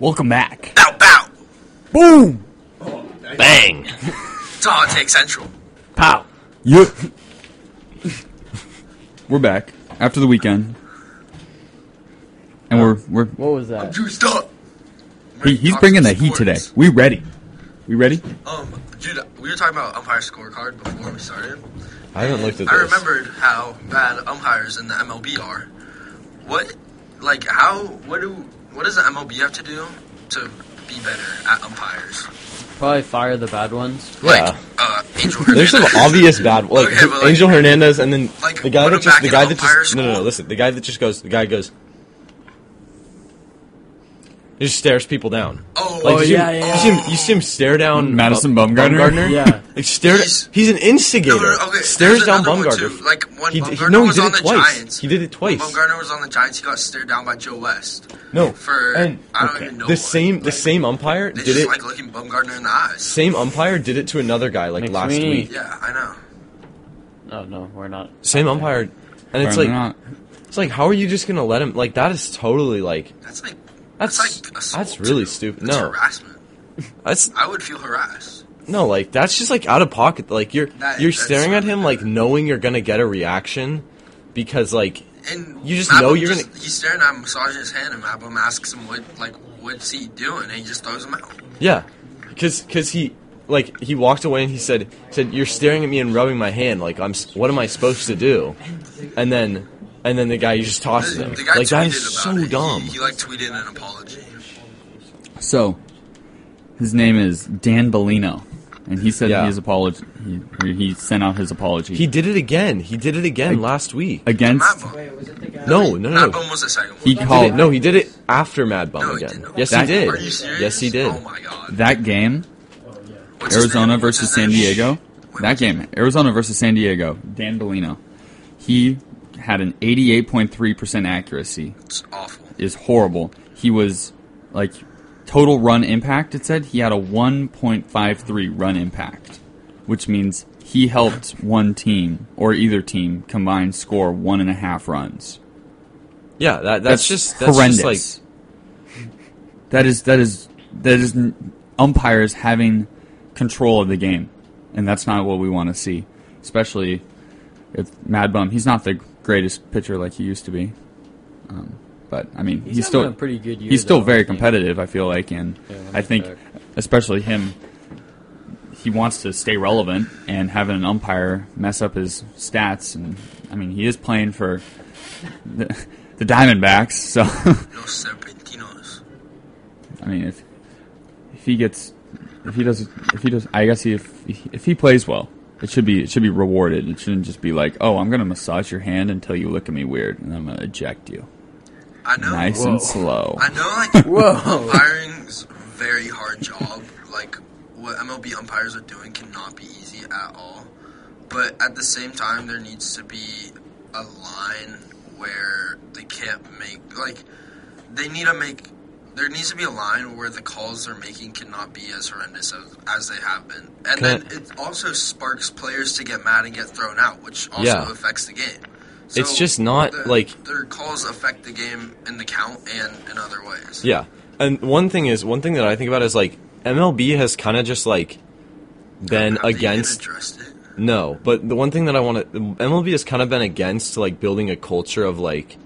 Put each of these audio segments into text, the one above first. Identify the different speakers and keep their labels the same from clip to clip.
Speaker 1: Welcome back.
Speaker 2: Bow bow.
Speaker 1: Boom.
Speaker 3: Bang!
Speaker 2: Tar take central.
Speaker 3: Pow!
Speaker 1: Yep. we're back after the weekend, and we're we're
Speaker 4: What was that?
Speaker 2: Juiced up.
Speaker 1: he, he's bringing the heat today. We ready? We ready?
Speaker 2: Um, dude, we were talking about umpire scorecard before we started.
Speaker 5: I haven't looked at this.
Speaker 2: I remembered how bad umpires in the MLB are. What, like, how? What do? What does the MLB have to do to be better at umpires?
Speaker 4: Probably fire the bad ones.
Speaker 5: Yeah.
Speaker 2: Uh, Angel
Speaker 5: There's some
Speaker 2: Hernandez.
Speaker 5: obvious bad like,
Speaker 2: Okay, but, like,
Speaker 5: Angel Hernandez and then
Speaker 2: like,
Speaker 5: the guy
Speaker 2: put him
Speaker 5: that just
Speaker 2: back
Speaker 5: the
Speaker 2: in
Speaker 5: guy that
Speaker 2: umpire
Speaker 5: just no, no no
Speaker 2: school.
Speaker 5: listen the guy that just goes the guy goes he just stares people down.
Speaker 2: Oh,
Speaker 5: Like,
Speaker 4: Oh,
Speaker 5: you see
Speaker 4: yeah,
Speaker 5: him,
Speaker 4: yeah,
Speaker 5: You see him, you see him stare down
Speaker 1: Madison Bumgarner?
Speaker 5: Bumgarner?
Speaker 4: Yeah.
Speaker 5: like stared.
Speaker 2: He's-
Speaker 5: He's, an instigator.
Speaker 2: No, no, no, okay. there's
Speaker 5: Stares down
Speaker 2: another one,
Speaker 5: Bumgarner.
Speaker 2: too. Like when
Speaker 5: He d- he-
Speaker 2: Bumgarner
Speaker 5: no, he
Speaker 2: was
Speaker 5: did
Speaker 2: on
Speaker 5: it
Speaker 2: the
Speaker 5: twice.
Speaker 2: Giants.
Speaker 5: He did it
Speaker 2: When
Speaker 5: twice.
Speaker 2: Bumgarner was on the Giants. He got stared down by Joe West.
Speaker 5: no,
Speaker 2: for-
Speaker 5: and
Speaker 2: I don't even know
Speaker 5: the
Speaker 2: what.
Speaker 5: same the same umpire
Speaker 2: They
Speaker 5: did
Speaker 2: just
Speaker 5: it.
Speaker 2: like looking Bumgarner in the eyes.
Speaker 5: same umpire did it to another guy like
Speaker 4: Makes
Speaker 5: last
Speaker 4: me-
Speaker 5: week.
Speaker 2: Yeah, I know.
Speaker 4: Oh no, we're not.
Speaker 5: Same umpire, and it's
Speaker 1: Apparently
Speaker 5: like
Speaker 1: not.
Speaker 5: it's like how are you just gonna let him? Like that is totally like
Speaker 2: That's like
Speaker 5: That's-
Speaker 2: like assault,
Speaker 5: that's really
Speaker 2: too.
Speaker 5: stupid.
Speaker 2: That's
Speaker 5: No.
Speaker 2: harassment.
Speaker 5: that's
Speaker 2: I would feel harassed.
Speaker 5: No, like that's just like out of pocket. Like you're
Speaker 2: That-
Speaker 5: you're
Speaker 2: that's-
Speaker 5: staring at him like knowing you're gonna get a reaction because like
Speaker 2: And
Speaker 5: You just
Speaker 2: Mabum
Speaker 5: know you're
Speaker 2: just-
Speaker 5: gonna-
Speaker 2: He's staring at him, massaging his hand, and Mabum asks him what like what's he doing, and he just throws him out.
Speaker 5: yeah, because because he like he walked away and he said said you're staring at me and rubbing my hand like I'm s- what am I supposed to do? And then and then the guy just tosses him.
Speaker 2: The, the guy
Speaker 5: Like that
Speaker 2: tweeted
Speaker 5: is
Speaker 2: about it.
Speaker 5: so
Speaker 2: He-
Speaker 5: dumb.
Speaker 2: He, like tweeted an apology.
Speaker 1: So, his name is Dan Bellino, and he said
Speaker 5: Yeah.
Speaker 1: his apology. He, or he sent out his apology
Speaker 5: He did it again. He did it again
Speaker 1: I-
Speaker 5: last week.
Speaker 1: against.
Speaker 2: Mabum.
Speaker 5: No, no, no.
Speaker 2: Mabum was the second one.
Speaker 1: He
Speaker 5: He
Speaker 1: called
Speaker 5: did it- no, he did it after Mad Bum
Speaker 2: No, he
Speaker 5: again.
Speaker 2: didn't.
Speaker 5: Yes,
Speaker 1: That-
Speaker 5: he did.
Speaker 2: Are you serious?
Speaker 5: Yes, he did.
Speaker 2: Oh my god.
Speaker 1: that game,
Speaker 2: What's his
Speaker 1: Arizona
Speaker 2: name? What's
Speaker 1: versus
Speaker 2: his
Speaker 1: San
Speaker 2: name?
Speaker 1: Diego. That game, Arizona versus San Diego. Dan Bellino, he had an 88.3% accuracy.
Speaker 2: It's awful.
Speaker 1: Is horrible. He was like total run impact. It said he had a 1.53 run impact, which means he helped one team or either team combined score one and a half runs.
Speaker 5: Yeah, that, that's, just that's
Speaker 1: horrendous.
Speaker 5: just like
Speaker 1: that is that is that is n- umpires having control of the game, and that's not what we want to see. Especially if Mad Bum, he's not the greatest pitcher like he used to be, um, but I mean he's,
Speaker 4: He's, having
Speaker 1: still
Speaker 4: a pretty good year.
Speaker 1: he's still
Speaker 4: though, I
Speaker 1: very
Speaker 4: think.
Speaker 1: competitive. I feel like, and
Speaker 4: Yeah, let
Speaker 1: I
Speaker 4: me
Speaker 1: think
Speaker 4: check.
Speaker 1: especially him, he wants to stay relevant and having an umpire mess up his stats. And I mean, he is playing for the, the Diamondbacks, so
Speaker 2: Los Serpentinos.
Speaker 1: I mean, if if he gets if he does if he does, I guess he if if he plays well. It should be it should be rewarded. It shouldn't just be like, oh, I'm gonna massage your hand until you look at me weird, and I'm gonna eject you,
Speaker 2: I know.
Speaker 1: nice
Speaker 4: Whoa.
Speaker 1: and slow.
Speaker 2: I know. Like
Speaker 4: Whoa.
Speaker 2: umpiring's a very hard job. Like what MLB umpires are doing cannot be easy at all. But at the same time, there needs to be a line where they can't make like they need to make. There needs to be a line where the calls they're making cannot be as horrendous as, as they have been, and
Speaker 5: Can I-
Speaker 2: then it also sparks players to get mad and get thrown out, which also
Speaker 5: Yeah.
Speaker 2: affects the game.
Speaker 5: It's just not, like-
Speaker 2: their calls affect the game in the count and in other ways.
Speaker 5: Yeah. And one thing is, one thing that I think about is like MLB has kind of just like been
Speaker 2: Have they even
Speaker 5: against
Speaker 2: addressed it?
Speaker 5: no, but the one thing that I want to MLB has kind of been against like building a culture of like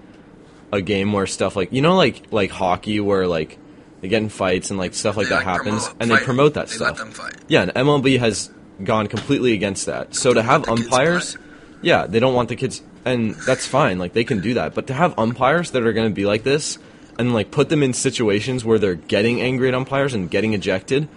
Speaker 5: a game where stuff like you know like like hockey where like they get in fights and like stuff like
Speaker 2: They,
Speaker 5: that
Speaker 2: like,
Speaker 5: happens
Speaker 2: promote
Speaker 5: and they
Speaker 2: fighting.
Speaker 5: promote that
Speaker 2: They
Speaker 5: stuff.
Speaker 2: let them fight.
Speaker 5: Yeah, and MLB has gone completely against that. So to
Speaker 2: Don't
Speaker 5: have
Speaker 2: let the kids
Speaker 5: umpires,
Speaker 2: play.
Speaker 5: yeah, they don't want the kids, and that's fine. Like they can do that, but to have umpires that are going to be like this and like put them in situations where they're getting angry at umpires and getting ejected,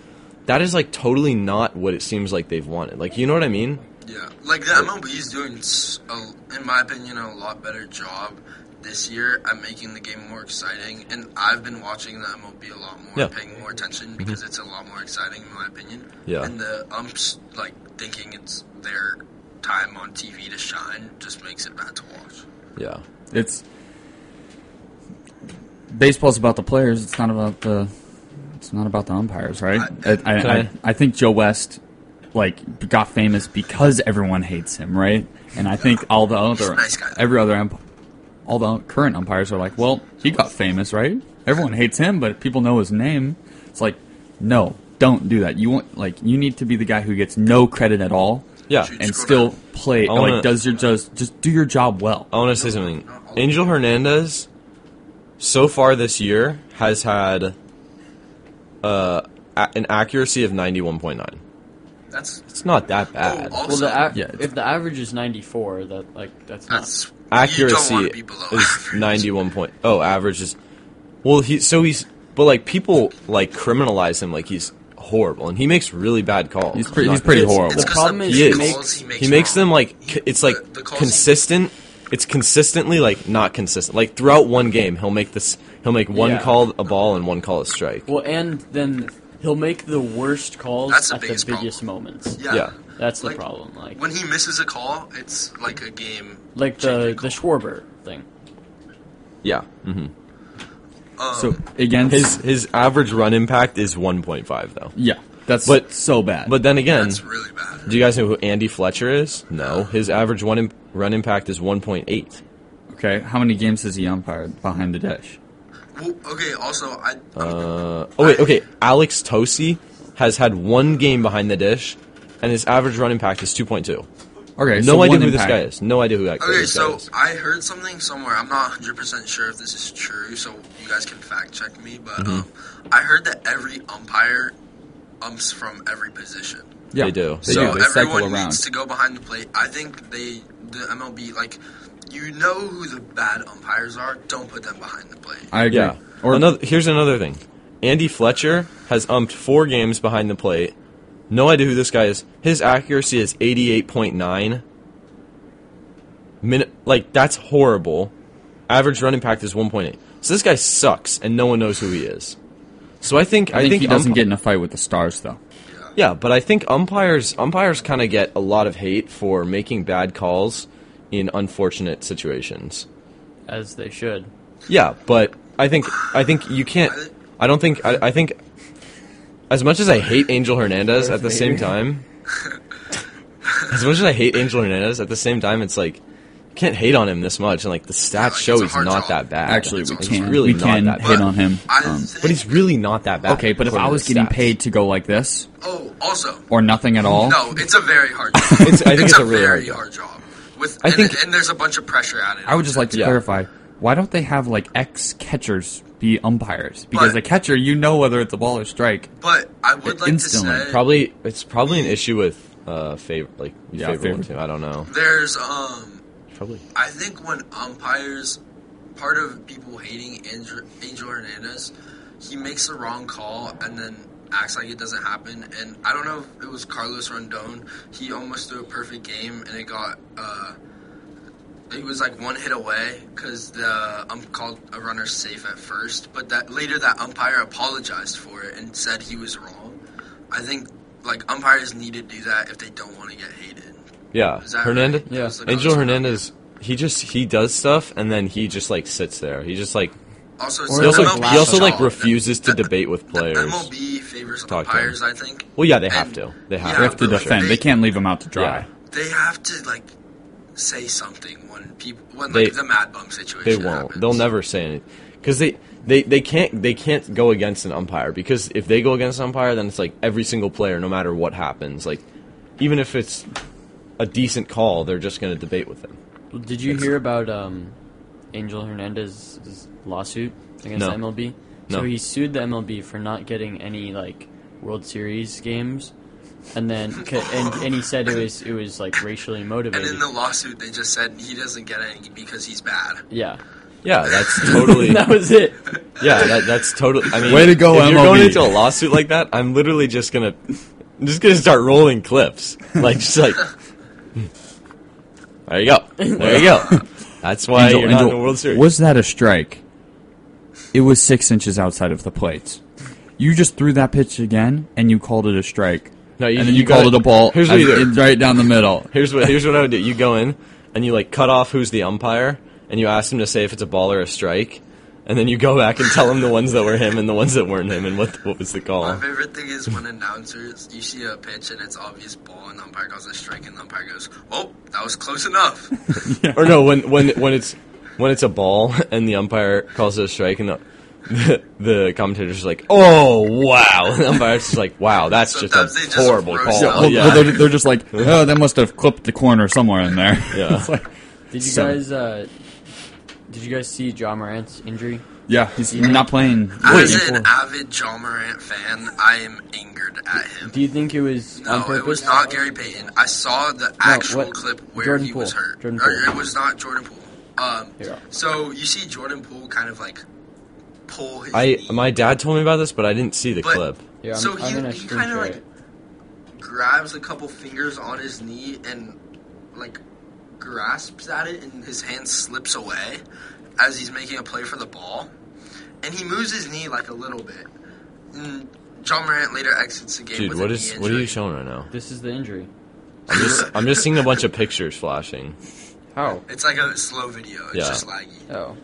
Speaker 5: that is like totally not what it seems like they've wanted. Like you know what I mean?
Speaker 2: Yeah, like the MLB is doing, s- a, in my opinion, a lot better job this year at making the game more exciting. And I've been watching the MLB a lot more,
Speaker 5: Yeah. Mm-hmm.
Speaker 2: paying more attention because it's a lot more exciting, in my opinion.
Speaker 5: Yeah.
Speaker 2: And the umps like thinking it's their time on TV to shine just makes it bad to watch.
Speaker 5: Yeah.
Speaker 1: it's baseball's about the players. It's not about the it's not about the umpires, right? I I,
Speaker 5: Can
Speaker 1: I,
Speaker 5: I-
Speaker 1: I, think Joe West like got famous because everyone hates him, right? And I think all the
Speaker 2: He's a
Speaker 1: other
Speaker 2: nice guy.
Speaker 1: every other ump, all the current umpires are like, well, he got famous, right? Everyone hates him, but people know his name. It's like, no, don't do that. You want like you need to be the guy who gets no credit at all.
Speaker 5: Yeah.
Speaker 1: and still play.
Speaker 5: I
Speaker 1: like
Speaker 5: wanna-
Speaker 1: does your just just do your job well.
Speaker 5: I want to say something.
Speaker 2: not all of
Speaker 5: Angel Hernandez, so far this year, has had uh, a- an accuracy of 91.9.
Speaker 2: That's
Speaker 5: It's not that bad.
Speaker 2: Oh, all-
Speaker 4: Well, the a-
Speaker 1: Yeah, it's-
Speaker 4: if the average is 94, that like that's not.
Speaker 2: that's you don't
Speaker 5: Uh, accuracy
Speaker 2: wanna be
Speaker 5: is
Speaker 2: below average.
Speaker 5: 91 point. Oh, average is. Well, he so he's but like people like criminalize him like he's horrible and he makes really bad calls.
Speaker 1: He's pretty.
Speaker 5: Not
Speaker 1: He's pretty
Speaker 5: good.
Speaker 1: horrible.
Speaker 2: It's
Speaker 4: The
Speaker 2: 'cause
Speaker 4: problem
Speaker 2: the
Speaker 4: is
Speaker 5: he
Speaker 4: he
Speaker 5: is.
Speaker 2: calls he makes,
Speaker 5: he makes
Speaker 2: wrong.
Speaker 5: them like c- it's like
Speaker 2: the calls he-
Speaker 5: consistent. It's consistently like not consistent. Like throughout one game, he'll make this. He'll make one
Speaker 4: Yeah.
Speaker 5: call a ball and one call a strike.
Speaker 4: Well, and then he'll make the worst calls
Speaker 2: That's the
Speaker 4: at the
Speaker 2: biggest
Speaker 4: biggest
Speaker 2: problem.
Speaker 4: moments.
Speaker 2: Yeah.
Speaker 5: yeah.
Speaker 4: That's the
Speaker 2: Like,
Speaker 4: problem. Like
Speaker 2: When he misses a call, it's like a game.
Speaker 4: like the the Schwarber thing.
Speaker 5: Yeah.
Speaker 2: mm-hmm.
Speaker 5: hmm
Speaker 2: Um,
Speaker 1: so again,
Speaker 5: His his average run impact is 1.5 though.
Speaker 1: yeah, that's
Speaker 5: But-
Speaker 1: so bad.
Speaker 5: But then again,
Speaker 2: that's really bad.
Speaker 5: do you guys know who Andy Fletcher is? No. His average one imp- run impact is 1.8.
Speaker 1: okay, how many games has he umpired behind the dish?
Speaker 2: Well, okay. Also, I
Speaker 5: Uh, oh wait, okay. Alex Tosi has had one game behind the dish, and his average run impact is 2.2.
Speaker 1: Okay,
Speaker 5: No
Speaker 1: so
Speaker 5: idea
Speaker 1: one
Speaker 5: who this
Speaker 1: impact.
Speaker 5: guy is. No idea who that guy
Speaker 2: okay.
Speaker 5: this guy
Speaker 2: So
Speaker 5: is.
Speaker 2: I heard something somewhere. I'm not 100 percent sure if this is true, so you guys can fact check me. But um, I heard that every umpire umps from every position.
Speaker 1: Yeah.
Speaker 5: They do. They
Speaker 2: so
Speaker 5: do.
Speaker 1: They cycle
Speaker 2: everyone
Speaker 1: around.
Speaker 2: needs to go behind the plate. I think they, the MLB, like you know who the bad umpires are. Don't put them behind the plate.
Speaker 1: I agree.
Speaker 5: Yeah.
Speaker 1: Or
Speaker 5: another here's another thing. Andy Fletcher has umped four games behind the plate. No idea who this guy is. His accuracy is 88.9. Min- like that's horrible. Average run impact is 1.8. So this guy sucks and no one knows who he is. So I think I,
Speaker 1: I think, he doesn't
Speaker 5: ump-
Speaker 1: get in a fight with the stars though.
Speaker 5: Yeah, but I think umpires umpires kind of get a lot of hate for making bad calls in unfortunate situations.
Speaker 4: As they should.
Speaker 5: Yeah, but I think I think you can't. I don't think I, I think as much as I hate Angel Hernandez at the same time. As much as I hate Angel Hernandez, at the same time, it's like you can't hate on him this much, and like the stats
Speaker 2: like,
Speaker 5: show
Speaker 2: it's a
Speaker 5: he's
Speaker 2: hard
Speaker 5: not
Speaker 2: job.
Speaker 5: that bad.
Speaker 1: Actually, we
Speaker 5: He's
Speaker 1: can
Speaker 5: really
Speaker 1: we
Speaker 5: not
Speaker 1: can
Speaker 5: that
Speaker 1: hit
Speaker 5: bad.
Speaker 1: on him.
Speaker 2: I
Speaker 1: Um,
Speaker 2: think,
Speaker 5: But he's really not that bad.
Speaker 1: okay, but if
Speaker 5: according
Speaker 1: I
Speaker 5: to
Speaker 1: was
Speaker 5: the
Speaker 1: getting
Speaker 5: stats.
Speaker 1: paid to go like this
Speaker 2: oh, also
Speaker 1: or nothing at all,
Speaker 2: No, it's a very hard job. it's,
Speaker 5: I think it's a really
Speaker 2: very hard
Speaker 5: hard
Speaker 2: job. With
Speaker 5: I
Speaker 2: and,
Speaker 5: think-
Speaker 2: and there's a bunch of pressure added.
Speaker 1: I would just like to
Speaker 5: Yeah.
Speaker 1: clarify: why don't they have like ex catchers be umpires? Because
Speaker 2: Right.
Speaker 1: a catcher, you know whether it's a ball or strike.
Speaker 2: but I would like
Speaker 1: instantly,
Speaker 2: to say
Speaker 5: Probably it's probably an issue with uh favor like you
Speaker 1: Yeah,
Speaker 5: favor one
Speaker 1: favor.
Speaker 5: team. I don't know.
Speaker 2: there's um
Speaker 5: Probably
Speaker 2: I think when umpires part of people hating Angel, Angel Hernandez, he makes the wrong call and then acts like it doesn't happen. And I don't know if it was Carlos Rondon. He almost threw a perfect game and it got uh it was like one hit away because the ump called a runner safe at first, but that later that umpire apologized for it and said he was wrong. I think like umpires need to do that if they don't want to get hated.
Speaker 5: yeah.
Speaker 2: Is that
Speaker 5: Hernandez,
Speaker 2: right?
Speaker 4: Yeah.
Speaker 2: It was the
Speaker 5: Angel
Speaker 2: Carlos Rondon.
Speaker 5: Hernandez, he just he does stuff and then he just like sits there. He just like
Speaker 2: Also,
Speaker 4: Or
Speaker 5: he also,
Speaker 4: That's
Speaker 2: MLB
Speaker 4: like
Speaker 5: he also like
Speaker 2: job.
Speaker 5: refuses to debate with
Speaker 2: The
Speaker 5: players.
Speaker 2: MLB favors
Speaker 5: Talk to
Speaker 2: umpires, I think.
Speaker 5: Well, yeah, they have
Speaker 2: And-
Speaker 5: to. They have
Speaker 2: yeah,
Speaker 5: to.
Speaker 1: They have to
Speaker 2: but, like,
Speaker 1: defend. They can't leave him out to dry.
Speaker 5: Yeah.
Speaker 2: They have to like say something when people when
Speaker 5: They-
Speaker 2: like the Mad Bum situation.
Speaker 5: They won't.
Speaker 2: happens.
Speaker 5: They'll never say anything because they. They, they can't they can't go against an umpire because if they go against an umpire then it's like every single player no matter what happens like even if it's a decent call they're just going to debate with them.
Speaker 4: Well, Did you hear about um, Angel Hernandez's lawsuit against
Speaker 5: No.
Speaker 4: the MLB?
Speaker 5: No.
Speaker 4: So he sued the MLB for not getting any like World Series games, and then ca- and, and he said it was it was like racially
Speaker 2: And
Speaker 4: motivated.
Speaker 2: in the lawsuit, they just said he doesn't get any because he's bad.
Speaker 4: yeah,
Speaker 5: Yeah, that's totally
Speaker 4: that was it.
Speaker 5: Yeah, that, that's totally. I mean,
Speaker 1: Way to go,
Speaker 5: If you're
Speaker 1: MLB.
Speaker 5: going into a lawsuit like that, I'm literally just gonna, I'm just gonna start rolling clips, like just like. There you go. There you go. That's why
Speaker 1: Angel-
Speaker 5: you're not
Speaker 1: Angel,
Speaker 5: in the World Series.
Speaker 1: Was that a strike? It was six inches outside of the plate. You just threw that pitch again, and you called it a strike.
Speaker 5: No, you-
Speaker 1: and then
Speaker 5: you
Speaker 1: you, called
Speaker 5: gotta-
Speaker 1: it a ball.
Speaker 5: here's what
Speaker 1: and
Speaker 5: you do.
Speaker 1: it's right down the middle.
Speaker 5: Here's what here's what I would do. You go in and you like cut off who's the umpire, and you ask him to say if it's a ball or a strike, and then you go back and tell him the ones that were him and the ones that weren't him, and what what was the
Speaker 2: My
Speaker 5: call.
Speaker 2: favorite thing is when announcers you see a pitch and it's obvious ball and the umpire calls a strike and the umpire goes, "Oh, that was close enough."
Speaker 5: Or no, when when when it's when it's a ball and the umpire calls it a strike and the the commentator's just like, "Oh wow," and the umpire's just like, "Wow, that's just
Speaker 2: Sometimes they
Speaker 5: a
Speaker 2: just
Speaker 5: horrible
Speaker 2: roast
Speaker 5: call."
Speaker 2: them.
Speaker 1: Well,
Speaker 5: yeah.
Speaker 1: well, they're, they're just like, oh, that must have clipped the corner somewhere in there.
Speaker 5: Yeah.
Speaker 1: It's like-
Speaker 4: Did you
Speaker 1: Seven.
Speaker 4: guys uh, did you guys see John Morant's injury?
Speaker 1: yeah, he's not playing.
Speaker 2: As
Speaker 1: Wait,
Speaker 2: an avid John Morant fan, I am angered at him.
Speaker 4: Do you think it was on
Speaker 2: No,
Speaker 4: purpose?
Speaker 2: it was not Gary Payton. I saw the actual
Speaker 4: what-
Speaker 2: clip where
Speaker 4: Jordan
Speaker 2: he was
Speaker 4: Poole.
Speaker 2: hurt.
Speaker 4: Jordan
Speaker 2: Or
Speaker 4: Poole.
Speaker 2: it was not Jordan Poole. Um,
Speaker 4: Here.
Speaker 2: so you see Jordan Poole kind of like pull his
Speaker 5: I
Speaker 2: knee,
Speaker 5: my dad told me about this, but I didn't see the
Speaker 2: But-
Speaker 5: clip.
Speaker 4: Yeah, I'm,
Speaker 2: So
Speaker 4: I'm
Speaker 2: he-
Speaker 4: gonna
Speaker 2: he
Speaker 4: screen
Speaker 2: kinda,
Speaker 4: share
Speaker 2: like,
Speaker 4: it.
Speaker 2: grabs a couple fingers on his knee and like grasps at it, and his hand slips away as he's making a play for the ball, and he moves his knee like a little bit. And John Morant later exits the game.
Speaker 5: Dude,
Speaker 2: with
Speaker 5: what
Speaker 2: a
Speaker 5: is
Speaker 2: knee
Speaker 5: what are you
Speaker 2: injury.
Speaker 5: showing right now?
Speaker 4: This is the injury.
Speaker 5: I'm just I'm just seeing a bunch of pictures flashing.
Speaker 4: How?
Speaker 2: It's like a slow video. It's
Speaker 5: Yeah.
Speaker 2: just laggy.
Speaker 4: Oh,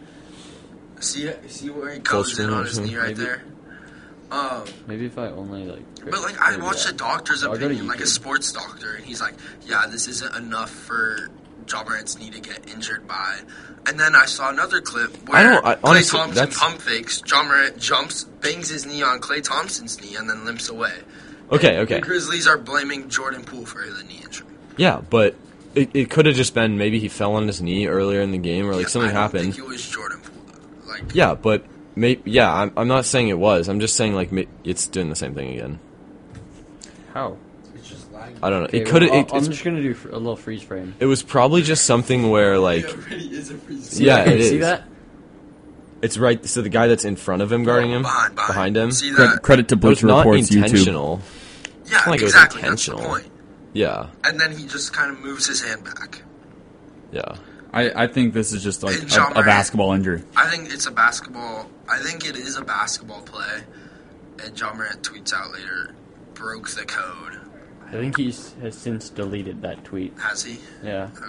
Speaker 2: See, it- see where he
Speaker 5: Full
Speaker 2: goes
Speaker 5: screen
Speaker 2: in on
Speaker 5: or
Speaker 2: his knee
Speaker 5: something?
Speaker 2: right
Speaker 4: Maybe.
Speaker 2: there. Um,
Speaker 4: maybe if I only like.
Speaker 2: but like I
Speaker 4: maybe
Speaker 2: watched
Speaker 4: that.
Speaker 2: a doctor's
Speaker 4: I'll go to
Speaker 2: opinion, like a
Speaker 4: YouTube.
Speaker 2: sports doctor, and he's like, "Yeah, this isn't enough for John Morant's knee to get injured by." And then I saw another clip where
Speaker 5: I don't- I-
Speaker 2: Clay
Speaker 5: honestly,
Speaker 2: Thompson
Speaker 5: that's-
Speaker 2: pump fakes, John Morant jumps, bangs his knee on Clay Thompson's knee, and then limps away.
Speaker 5: Okay, okay.
Speaker 2: The Grizzlies are blaming Jordan Poole for the knee injury.
Speaker 5: Yeah, but it, it could have just been maybe he fell on his knee earlier in the game or like
Speaker 2: Yeah,
Speaker 5: something
Speaker 2: I don't
Speaker 5: happened.
Speaker 2: Think it was Jordan Poole. though. Like
Speaker 5: yeah, but may, yeah, I'm, I'm not saying it was. I'm just saying like ma- it's doing the same thing again.
Speaker 4: How?
Speaker 5: I don't know.
Speaker 4: Okay,
Speaker 5: it could have.
Speaker 4: well,
Speaker 5: it,
Speaker 4: I'll- I'm
Speaker 5: it's-
Speaker 4: just gonna do fr- a little freeze frame.
Speaker 5: it was probably just something where like
Speaker 2: it really is a free throw.
Speaker 4: See
Speaker 5: Yeah,
Speaker 4: that?
Speaker 5: it
Speaker 4: See
Speaker 5: is.
Speaker 4: that?
Speaker 5: it's right. So the guy that's in front of him guarding him
Speaker 2: behind, behind,
Speaker 5: him.
Speaker 2: See
Speaker 1: credit-
Speaker 2: that?
Speaker 1: credit to
Speaker 5: It was
Speaker 1: Bleacher
Speaker 5: not
Speaker 1: Report's YouTube.
Speaker 5: intentional.
Speaker 2: Yeah,
Speaker 5: like it was
Speaker 2: exactly. That's
Speaker 5: intentional.
Speaker 2: the point.
Speaker 5: Yeah,
Speaker 2: and then he just kind of moves his hand back.
Speaker 5: yeah.
Speaker 1: I, I think this is just like
Speaker 2: Hey,
Speaker 1: a,
Speaker 2: John
Speaker 1: a
Speaker 2: Morant.
Speaker 1: basketball injury.
Speaker 2: I think it's a basketball. I think it is a basketball play. And John Morant tweets out later, broke the code.
Speaker 4: I think he's has since deleted that tweet.
Speaker 2: Has he?
Speaker 4: Yeah.
Speaker 2: Okay.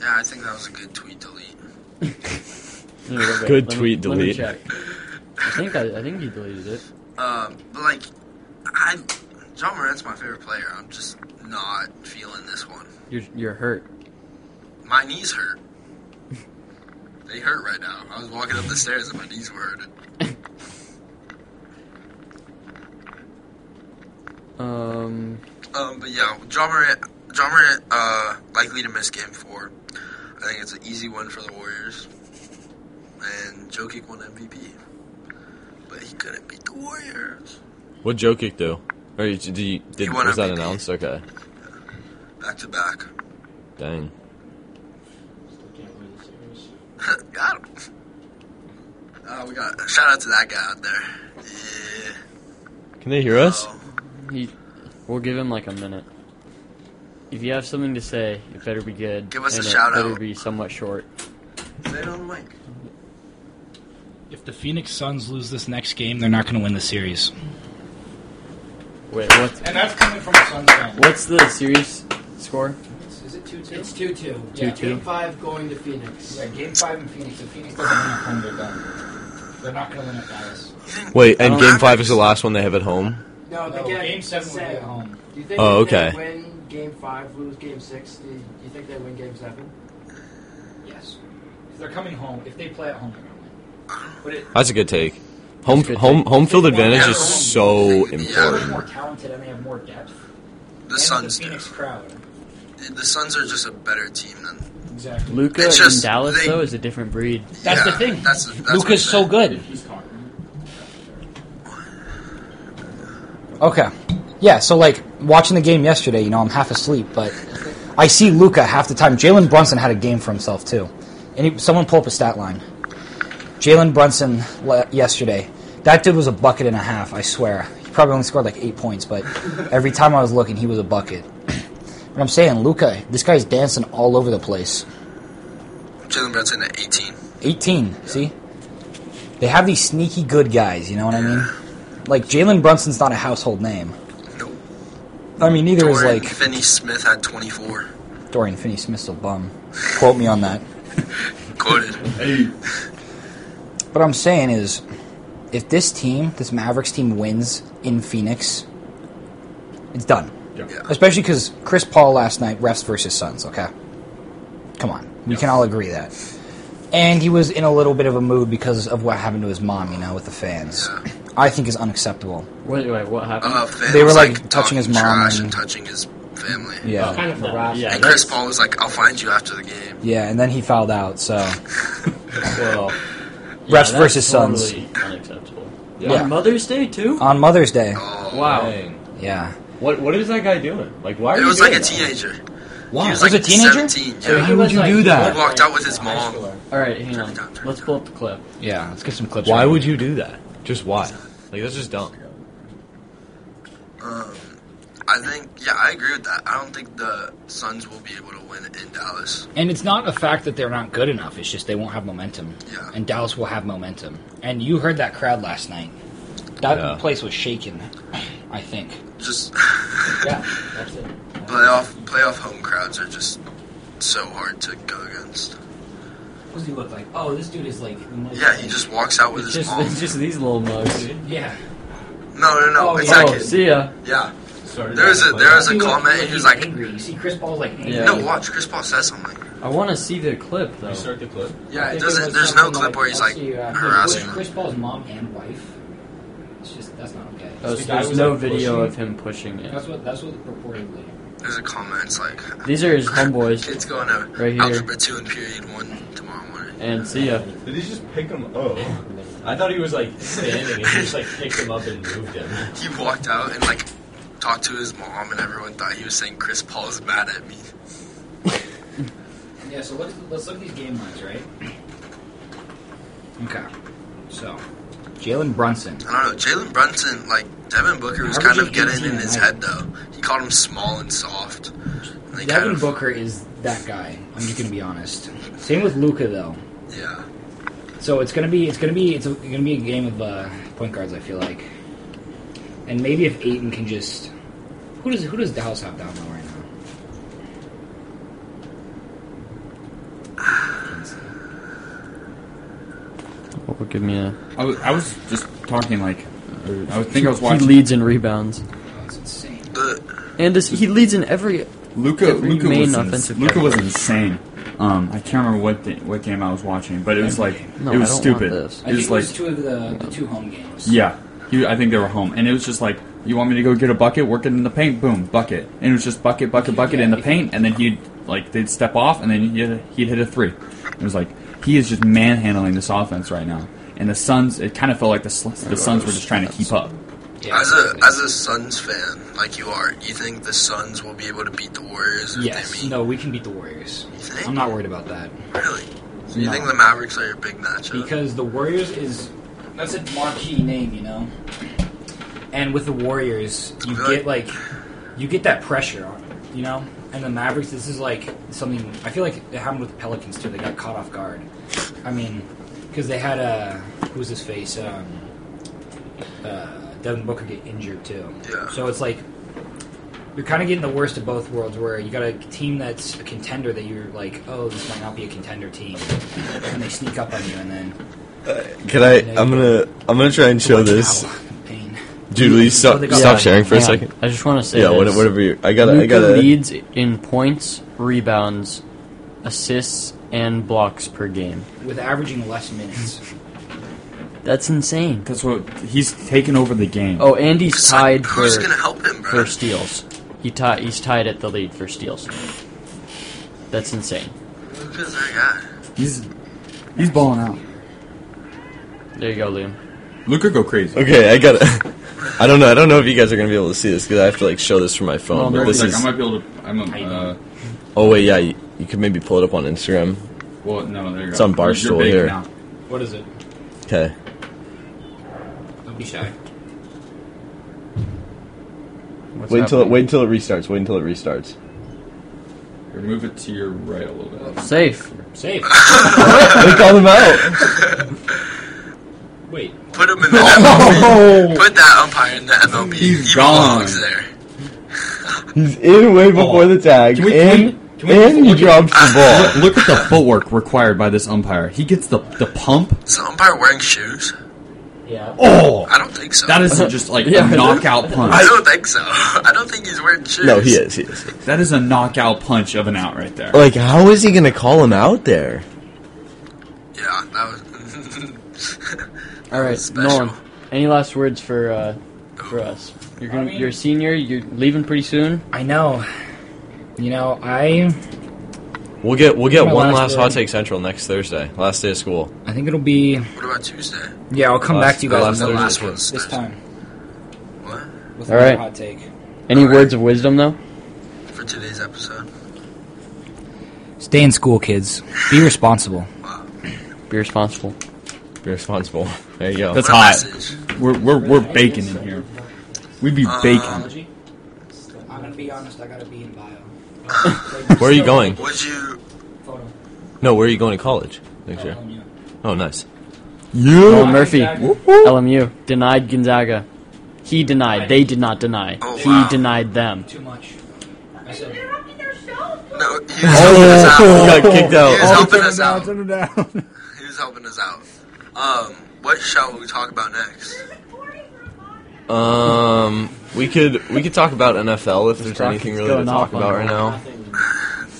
Speaker 2: Yeah, I think that was a good tweet delete.
Speaker 4: Here, wait, wait,
Speaker 5: Good
Speaker 4: let me-
Speaker 5: tweet
Speaker 4: let me
Speaker 5: delete.
Speaker 4: check. I think I, I think he deleted it.
Speaker 2: Um, but like, I John Morant's my favorite player. I'm just not feeling this one.
Speaker 4: You're you're hurt.
Speaker 2: My knees hurt. They hurt right now. I was walking up the stairs and my knees were hurting.
Speaker 4: Um.
Speaker 2: Um, but yeah, John Morant, John Morant, uh, likely to miss game four. I think it's an easy win for the Warriors. And Jokic won MVP. But he couldn't beat the Warriors.
Speaker 5: What Jokic do? Or you- did you, did,
Speaker 2: won
Speaker 5: was that
Speaker 2: MVP.
Speaker 5: announced? Okay,
Speaker 2: Back to back.
Speaker 5: dang.
Speaker 2: Got him. Uh, we got shout out to that guy out there. Yeah.
Speaker 5: Can they hear us?
Speaker 2: Oh,
Speaker 4: He, we'll give him like a minute. If you have something to say, it better be good.
Speaker 2: Give us a
Speaker 4: and it
Speaker 2: shout
Speaker 4: better
Speaker 2: out.
Speaker 4: be somewhat short.
Speaker 2: say it on the mic.
Speaker 6: If the Phoenix Suns lose this next game, they're not going to win the series.
Speaker 4: Wait, what's
Speaker 6: And that's coming from a Suns fan.
Speaker 4: what's the series score?
Speaker 7: Is it 2 2? It's 2 2. yeah,
Speaker 4: 2-2.
Speaker 7: Game 5 going to Phoenix.
Speaker 6: Yeah, game five in Phoenix. If Phoenix doesn't win at home, they're done. They're not going to win it, guys.
Speaker 5: Wait, and
Speaker 4: Um,
Speaker 5: Game Five is the last one they have at home.
Speaker 7: No, they
Speaker 6: No,
Speaker 7: get
Speaker 6: game seven will be
Speaker 7: seven.
Speaker 6: at home.
Speaker 7: Do you think
Speaker 5: Oh,
Speaker 7: if they
Speaker 5: okay.
Speaker 7: win game 5, lose game 6? Do you do you think they win game 7?
Speaker 6: Yes. If they're coming home, if they play at home, they're going to win. But it,
Speaker 5: That's a good take. Home
Speaker 4: That's a good
Speaker 5: home home field
Speaker 6: They won
Speaker 5: advantage
Speaker 6: at
Speaker 5: is
Speaker 6: home.
Speaker 5: so
Speaker 6: they're much
Speaker 5: important.
Speaker 6: more talented and they have more depth.
Speaker 2: The
Speaker 6: and
Speaker 2: Suns
Speaker 6: the Phoenix
Speaker 2: do.
Speaker 6: crowd.
Speaker 2: The Suns are just a better team than.
Speaker 6: Exactly.
Speaker 4: Luca
Speaker 2: It's just
Speaker 4: in Dallas
Speaker 2: they-
Speaker 4: though is a different breed.
Speaker 2: Yeah,
Speaker 6: That's the thing.
Speaker 2: That's, that's what I'm
Speaker 6: Luca's so
Speaker 2: saying.
Speaker 6: good. Okay. Yeah, so like watching the game yesterday, you know, I'm half asleep, but I see Luca half the time. Jalen Brunson had a game for himself too. And he, someone pull up a stat line. Jalen Brunson le- yesterday, that dude was a bucket and a half. I swear. He probably only scored like eight points, but every time I was looking, he was a bucket. But I'm saying, Luca, this guy's dancing all over the place.
Speaker 2: Jalen Brunson at 18.
Speaker 6: 18. See, they have these sneaky good guys. You know what I mean? Like Jalen Brunson's not a household name.
Speaker 2: Nope.
Speaker 6: I mean, neither is
Speaker 2: Dorian
Speaker 6: like
Speaker 2: Finney Smith had 24.
Speaker 6: Dorian Finney-Smith's a bum. Quote me on that.
Speaker 2: Quoted.
Speaker 6: But I'm saying is, if this team, this Mavericks team, wins in Phoenix, it's done.
Speaker 2: Yeah.
Speaker 6: Especially because Chris Paul last night, refs versus Suns. Okay, come on, we can all agree that. and he was in a little bit of a mood because of what happened to his mom, you know, with the fans. I think is unacceptable.
Speaker 4: What, wait, what happened?
Speaker 2: Uh, fans,
Speaker 6: They were, like, touching
Speaker 2: talking
Speaker 6: his mom
Speaker 2: trash
Speaker 6: and-
Speaker 2: and touching his family.
Speaker 6: Yeah,
Speaker 8: Kind of harassing.
Speaker 4: yeah,
Speaker 2: And Chris
Speaker 4: that's,
Speaker 2: Paul was like, "I'll find you after the game."
Speaker 6: yeah, and then he fouled out. So
Speaker 4: well, yeah,
Speaker 6: Refs
Speaker 4: that's
Speaker 6: versus Suns.
Speaker 4: totally unacceptable.
Speaker 5: Yeah.
Speaker 4: On Mother's Day too.
Speaker 6: on Mother's Day,
Speaker 2: Oh,
Speaker 4: wow.
Speaker 6: yeah,
Speaker 5: What what is that guy doing? Like why? Are
Speaker 2: it
Speaker 5: you
Speaker 2: was
Speaker 5: doing
Speaker 2: like a
Speaker 5: that?
Speaker 2: teenager.
Speaker 6: wow,
Speaker 2: He
Speaker 6: Oh, was
Speaker 2: was like
Speaker 6: a teenager.
Speaker 2: seventeen.
Speaker 8: I think
Speaker 2: Yeah.
Speaker 8: it was,
Speaker 5: would you
Speaker 8: like,
Speaker 5: do that?
Speaker 8: he
Speaker 2: Walked out with his
Speaker 8: high
Speaker 2: mom.
Speaker 8: schooler.
Speaker 4: All right, hang on. Let's pull up the clip.
Speaker 6: Yeah, let's get some clips.
Speaker 5: Why
Speaker 6: from
Speaker 5: would
Speaker 6: him.
Speaker 5: you do that? Just why? Like that's just dumb.
Speaker 2: Um, I think, yeah, I agree with that. I don't think the Suns will be able to win in Dallas.
Speaker 8: Yeah.
Speaker 6: And it's not a fact that they're not good enough. It's just they won't have momentum.
Speaker 2: Yeah.
Speaker 6: And Dallas will have momentum. And you heard that crowd last night. That
Speaker 5: Yeah.
Speaker 6: place was shaking. I think.
Speaker 2: Just
Speaker 8: Yeah, that's it.
Speaker 2: playoff playoff home crowds are just so hard to go against.
Speaker 8: What does he look like? Oh, this dude is like.
Speaker 2: Yeah, he just walks out with
Speaker 4: It's
Speaker 2: his
Speaker 4: just,
Speaker 2: mom.
Speaker 4: it's just these little mugs.
Speaker 8: Yeah.
Speaker 2: No, no, no.
Speaker 8: Oh,
Speaker 2: it's
Speaker 8: yeah.
Speaker 2: that
Speaker 4: Oh,
Speaker 2: kid.
Speaker 4: see ya.
Speaker 2: Yeah. There was a there was a
Speaker 8: He looked
Speaker 2: comment and he was
Speaker 8: he's
Speaker 2: like,
Speaker 8: angry. You see, Chris Paul's like angry.
Speaker 4: Yeah.
Speaker 2: "No, watch." Chris Paul says something.
Speaker 4: I want to see the clip though.
Speaker 5: the clip.
Speaker 2: Yeah,
Speaker 8: I
Speaker 2: it
Speaker 8: think
Speaker 2: doesn't.
Speaker 8: was
Speaker 2: There's no
Speaker 8: something
Speaker 2: clip where he's
Speaker 8: I'll
Speaker 2: like
Speaker 8: see you after.
Speaker 2: harassing
Speaker 8: Chris-
Speaker 2: them.
Speaker 8: Chris Paul's mom and wife. It's just that's not okay.
Speaker 4: Oh, so
Speaker 5: guy
Speaker 4: there's
Speaker 5: was,
Speaker 4: no
Speaker 5: like,
Speaker 4: video
Speaker 5: pushing-
Speaker 4: of him pushing it.
Speaker 8: That's what that's what purportedly.
Speaker 2: There's a comment. It's like
Speaker 4: These are his homeboys.
Speaker 2: kids going to
Speaker 4: Right here.
Speaker 2: algebra two and period one tomorrow morning.
Speaker 4: And see ya.
Speaker 3: Did he just pick him up? I thought he was like standing and he just like picked him up and moved him.
Speaker 2: He walked out and like talked to his mom, and everyone thought he was saying Chris Paul's mad at me.
Speaker 8: Yeah. So let's let's look at these game lines, right? Okay. So
Speaker 6: Jalen Brunson.
Speaker 2: I don't know. Jalen Brunson, like Devin Booker, was
Speaker 8: Average
Speaker 2: kind of
Speaker 8: of
Speaker 2: getting
Speaker 8: 18
Speaker 2: in his
Speaker 8: a night.
Speaker 2: head though. He called him small and soft. And they kind
Speaker 6: Devin
Speaker 2: of-
Speaker 6: Booker is that guy. I'm just gonna be honest. Same with Luca though.
Speaker 2: Yeah.
Speaker 6: So it's gonna be it's gonna be it's, a, gonna be a game of uh, point guards. I feel like, and maybe if Aiton can just who does who does Dallas have down low right now?
Speaker 4: Oh, give me a.
Speaker 1: I was, I was just talking like I was- think I was
Speaker 4: He
Speaker 1: watching.
Speaker 4: leads in rebounds,
Speaker 6: Oh, it's insane.
Speaker 2: But
Speaker 4: and this, he leads in every.
Speaker 1: Luca
Speaker 4: Every
Speaker 1: Luca
Speaker 4: main
Speaker 1: was
Speaker 4: offensive
Speaker 1: ins- Luca
Speaker 4: category.
Speaker 1: was insane. Um, I can't remember what the, what game I was watching, but it was like
Speaker 4: No,
Speaker 1: it was
Speaker 4: I don't
Speaker 1: stupid.
Speaker 4: want this.
Speaker 1: It was like
Speaker 6: two of the, the two home games.
Speaker 1: yeah, he, I think they were home, and it was just like you want me to go get a bucket, work it in the paint, boom, bucket, and it was just bucket, bucket, bucket
Speaker 6: Yeah,
Speaker 1: in the
Speaker 6: if-
Speaker 1: paint, and then he'd like they'd step off, and then he'd, he'd hit a three. It was like he is just manhandling this offense right now, and the Suns. It kind of felt like the Sl- the Suns were just trying to keep up.
Speaker 6: Yeah,
Speaker 2: as a
Speaker 6: exactly.
Speaker 2: as a Suns fan, like you are, you think the Suns will be able to beat the Warriors? If
Speaker 6: Yes.
Speaker 2: They meet?
Speaker 6: No, we can beat the Warriors.
Speaker 2: You think?
Speaker 6: I'm not worried about that
Speaker 2: Really? So you
Speaker 6: No.
Speaker 2: think the Mavericks are your big matchup?
Speaker 6: because the Warriors is that's a marquee name, you know. And with the Warriors, you
Speaker 2: Really?
Speaker 6: get like you get that pressure on, it, you know. And the Mavericks, this is like something I feel like it happened with the Pelicans too. They got caught off guard. I mean, because they had a who's his face, um, uh, Devin Booker get injured too.
Speaker 2: Yeah.
Speaker 6: So it's like you're kind of getting the worst of both worlds where you got a team that's a contender that you're like, oh, this might not be a contender team. And they sneak up on you and then.
Speaker 5: Can I? I'm gonna I'm gonna try and show
Speaker 6: like,
Speaker 5: this.
Speaker 6: ow, pain.
Speaker 5: Dude, will you stop
Speaker 6: Yeah.
Speaker 5: stop sharing for a
Speaker 4: Hang on.
Speaker 5: second?
Speaker 4: I just want to say.
Speaker 5: Yeah,
Speaker 4: this.
Speaker 5: what- whatever you. I gotta I
Speaker 4: Luka
Speaker 5: gotta.
Speaker 4: leads in points, rebounds, assists, and blocks per game.
Speaker 6: With averaging less minutes.
Speaker 4: That's insane.
Speaker 1: That's what he's taken over the game.
Speaker 4: Oh, and he's
Speaker 2: It's like,
Speaker 4: tied for
Speaker 2: who's gonna help him, bro?
Speaker 4: for steals. He tied. He's tied at the lead for steals. That's insane.
Speaker 2: Luka's our guy.
Speaker 1: He's he's balling out.
Speaker 4: There you go, Liam.
Speaker 1: Luca go crazy.
Speaker 5: Okay, I gotta. I don't know. I don't know if you guys are gonna be able to see this because I have to like show this from my phone.
Speaker 4: Well,
Speaker 5: but
Speaker 4: no,
Speaker 5: this
Speaker 1: Like, I
Speaker 5: is.
Speaker 1: might be able to. I'm a, uh,
Speaker 5: Oh wait, yeah. You, you could maybe pull it up on Instagram.
Speaker 1: well, no, there you go.
Speaker 5: It's on
Speaker 1: You're- you're
Speaker 5: Barstool
Speaker 1: big
Speaker 5: here.
Speaker 1: now.
Speaker 6: what is it?
Speaker 5: Okay.
Speaker 6: Don't be shy.
Speaker 4: What's
Speaker 5: Wait until it,
Speaker 4: happening?
Speaker 5: wait until it restarts. Wait until it restarts.
Speaker 1: Here, move it to your right a little bit.
Speaker 4: Safe.
Speaker 6: Safe.
Speaker 5: they call them out.
Speaker 6: Wait.
Speaker 2: Put him in the MLB. Put that umpire in the MLB.
Speaker 1: He's
Speaker 2: he
Speaker 1: gone.
Speaker 2: belongs there.
Speaker 5: He's in way before
Speaker 3: Oh.
Speaker 5: the tag,
Speaker 1: Can we- can
Speaker 5: and
Speaker 1: we- can we-
Speaker 5: and he drops the
Speaker 1: Look,
Speaker 5: ball.
Speaker 1: look at the footwork required by this umpire. He gets the the pump.
Speaker 2: Is the umpire wearing shoes?
Speaker 8: yeah.
Speaker 1: Oh,
Speaker 2: I don't think so.
Speaker 1: that isn't just like
Speaker 4: Yeah.
Speaker 1: a knockout punch.
Speaker 2: I don't think so. I don't think he's wearing shoes.
Speaker 5: No, he is. He is.
Speaker 1: that is a knockout punch of an out right there.
Speaker 5: Like, how is he gonna call him out there?
Speaker 2: Yeah, that was.
Speaker 4: All right,
Speaker 2: Special.
Speaker 4: Nolan. Any last words for uh, for us? You're gonna, you're a senior. You're leaving pretty soon.
Speaker 6: I know. You know, I
Speaker 5: We'll get we'll get
Speaker 6: My
Speaker 5: one
Speaker 6: last
Speaker 5: last hot
Speaker 6: word.
Speaker 5: take central next Thursday, last day of school.
Speaker 6: I think it'll be
Speaker 2: what about Tuesday?
Speaker 6: yeah. I'll come
Speaker 5: Last-
Speaker 6: back to you
Speaker 5: the
Speaker 6: guys
Speaker 5: last
Speaker 6: with another
Speaker 5: Thursday.
Speaker 6: hot take this time.
Speaker 2: What?
Speaker 6: With
Speaker 4: All
Speaker 6: another
Speaker 4: right.
Speaker 6: hot take.
Speaker 4: Any words of wisdom though?
Speaker 2: For today's episode?
Speaker 6: Stay in school, kids. Be responsible.
Speaker 4: Be responsible.
Speaker 5: Be responsible. There you go.
Speaker 1: That's
Speaker 2: What
Speaker 1: hot.
Speaker 2: message?
Speaker 1: We're we're we're baking in here. We'd be baking.
Speaker 8: I'm gonna be honest. I got to be in bio.
Speaker 5: where are you going?
Speaker 2: Would you.
Speaker 5: No, where are you going to college next year? Oh, nice.
Speaker 4: Noel
Speaker 1: You.
Speaker 4: Murphy, LMU denied Gonzaga. He denied. They did not deny.
Speaker 2: Oh,
Speaker 4: he
Speaker 2: wow.
Speaker 4: denied them.
Speaker 8: Too much. I said,
Speaker 2: No, he was helping us
Speaker 5: You got
Speaker 2: out. He
Speaker 5: kicked
Speaker 2: was
Speaker 5: out.
Speaker 2: helping us out.
Speaker 1: Turn it down.
Speaker 2: He was helping us out. Um, what shall we talk about next?
Speaker 5: Um, we could we could talk about NFL if there's
Speaker 4: Crockett
Speaker 5: anything
Speaker 4: is
Speaker 5: really to
Speaker 4: going
Speaker 5: talk
Speaker 4: off on
Speaker 5: about
Speaker 4: it.
Speaker 5: right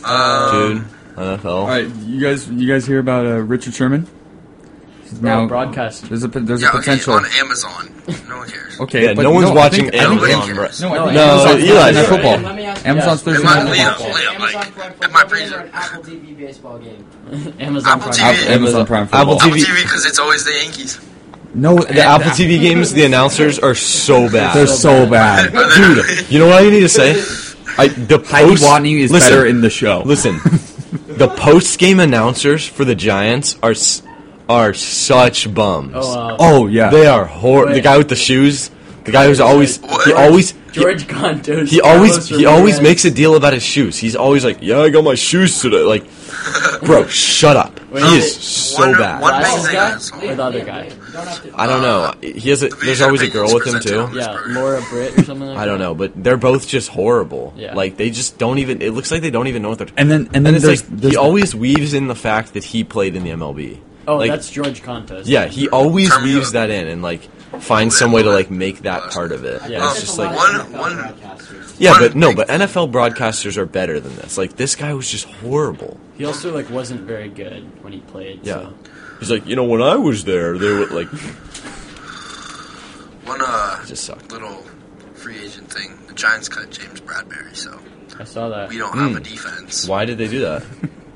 Speaker 5: now, dude.
Speaker 2: Um,
Speaker 1: All
Speaker 5: NFL.
Speaker 1: right, you guys. You guys hear about uh, Richard Sherman? He's
Speaker 4: Now broadcast.
Speaker 1: There's a there's
Speaker 2: yeah,
Speaker 1: a potential.
Speaker 2: okay, on Amazon. No one cares.
Speaker 1: Okay,
Speaker 5: Yeah,
Speaker 1: but
Speaker 5: no one's
Speaker 1: I
Speaker 5: watching
Speaker 1: think- I think-
Speaker 2: Nobody
Speaker 5: Amazon. bro.
Speaker 2: cares.
Speaker 1: No, I think
Speaker 5: No,
Speaker 1: Amazon's Thursday
Speaker 5: Eli's
Speaker 1: night
Speaker 5: right.
Speaker 1: football.
Speaker 8: Let me ask you
Speaker 1: Amazon's
Speaker 8: guys.
Speaker 1: Thursday
Speaker 2: Am I-
Speaker 1: night
Speaker 2: Liam,
Speaker 1: football.
Speaker 2: Liam,
Speaker 8: Amazon
Speaker 2: like,
Speaker 8: Prime
Speaker 2: am I
Speaker 8: Football Game
Speaker 2: freezer?
Speaker 8: or an Apple TV baseball game.
Speaker 4: Amazon
Speaker 2: Apple
Speaker 4: Prime.
Speaker 2: TV.
Speaker 1: Apple- Amazon Prime
Speaker 5: Apple
Speaker 1: football.
Speaker 2: Apple
Speaker 5: TV.
Speaker 2: TV because it's always the Yankees.
Speaker 1: No,
Speaker 5: The Apple TV games, the announcers are so
Speaker 1: They're
Speaker 5: bad.
Speaker 1: so bad.
Speaker 2: Are they
Speaker 5: Dude,
Speaker 2: really?
Speaker 5: you know what I need to say? I the
Speaker 1: Heidi
Speaker 5: post
Speaker 1: Watney is
Speaker 5: listen,
Speaker 1: better in the show.
Speaker 5: Listen, the post game announcers for the Giants are s- are such bums.
Speaker 4: Oh, uh,
Speaker 1: Oh yeah,
Speaker 5: They are horrible. The
Speaker 4: Wait.
Speaker 5: guy with the shoes, the guy who's always he
Speaker 2: What?
Speaker 5: always
Speaker 4: George Contos.
Speaker 5: he always he always makes
Speaker 4: makes.
Speaker 5: a deal about his shoes. He's always like, "Yeah, I got my shoes today." Like, bro, shut up. He is so
Speaker 2: One-
Speaker 5: bad.
Speaker 2: one
Speaker 4: Last
Speaker 2: big thing
Speaker 4: guy?
Speaker 2: that's all.
Speaker 4: Or the other guy?
Speaker 8: You don't have to.
Speaker 5: I don't know. He has a, there's
Speaker 2: Vision
Speaker 5: always a girl
Speaker 2: Opinions
Speaker 5: with him
Speaker 2: present
Speaker 5: too.
Speaker 2: to
Speaker 4: Yeah, Laura Britt or something. Like
Speaker 5: I
Speaker 4: that.
Speaker 5: don't know, but they're both just horrible.
Speaker 4: Yeah.
Speaker 5: Like they just don't even. It looks like they don't even know what they're.
Speaker 1: And then- and then
Speaker 5: it's
Speaker 1: there's-
Speaker 5: like
Speaker 1: there's-
Speaker 5: he always weaves in the fact that he played in the MLB.
Speaker 4: Oh,
Speaker 5: like,
Speaker 4: that's George Contos.
Speaker 5: Yeah, he always
Speaker 2: Turn me
Speaker 5: weaves
Speaker 2: up.
Speaker 5: that in and like finds some way to like make that part of it.
Speaker 4: Yeah.
Speaker 5: Yeah, it's
Speaker 2: Um,
Speaker 5: just like
Speaker 2: one- one-
Speaker 5: yeah,
Speaker 2: one
Speaker 5: but no,
Speaker 2: big-
Speaker 5: but NFL broadcasters are better than this. Like this guy was just horrible.
Speaker 4: He also like wasn't very good when he played.
Speaker 5: Yeah,
Speaker 4: So.
Speaker 5: he's like you know when I was there, they were like
Speaker 2: One uh,
Speaker 5: just sucked.
Speaker 2: little free agent thing. The Giants cut James Bradbury, so
Speaker 4: I saw that.
Speaker 2: we don't have a defense.
Speaker 5: Why did they do that?
Speaker 2: Uh,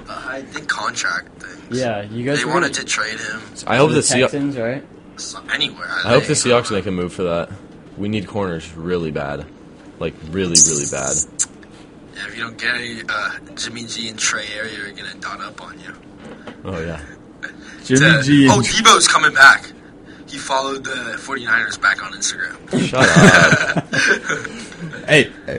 Speaker 2: I think contract things.
Speaker 4: Yeah, you guys.
Speaker 2: They
Speaker 4: were
Speaker 2: wanted to
Speaker 4: gonna-
Speaker 2: trade him
Speaker 5: I hope
Speaker 4: the,
Speaker 5: the, Seahawks.
Speaker 4: Texans, right?
Speaker 2: so- anywhere. I,
Speaker 5: I hope the
Speaker 2: think.
Speaker 5: Seahawks make a move for that. We need corners really bad, like really really bad.
Speaker 2: Yeah, if you don't get any, uh, Jimmy G and Trey Area are gonna dot up on you.
Speaker 5: Oh yeah.
Speaker 1: Jimmy
Speaker 2: To-
Speaker 1: G.
Speaker 2: Oh,
Speaker 1: And,
Speaker 2: Debo's coming back. He followed the 49ers back on Instagram.
Speaker 5: Shut up.
Speaker 1: hey, hey,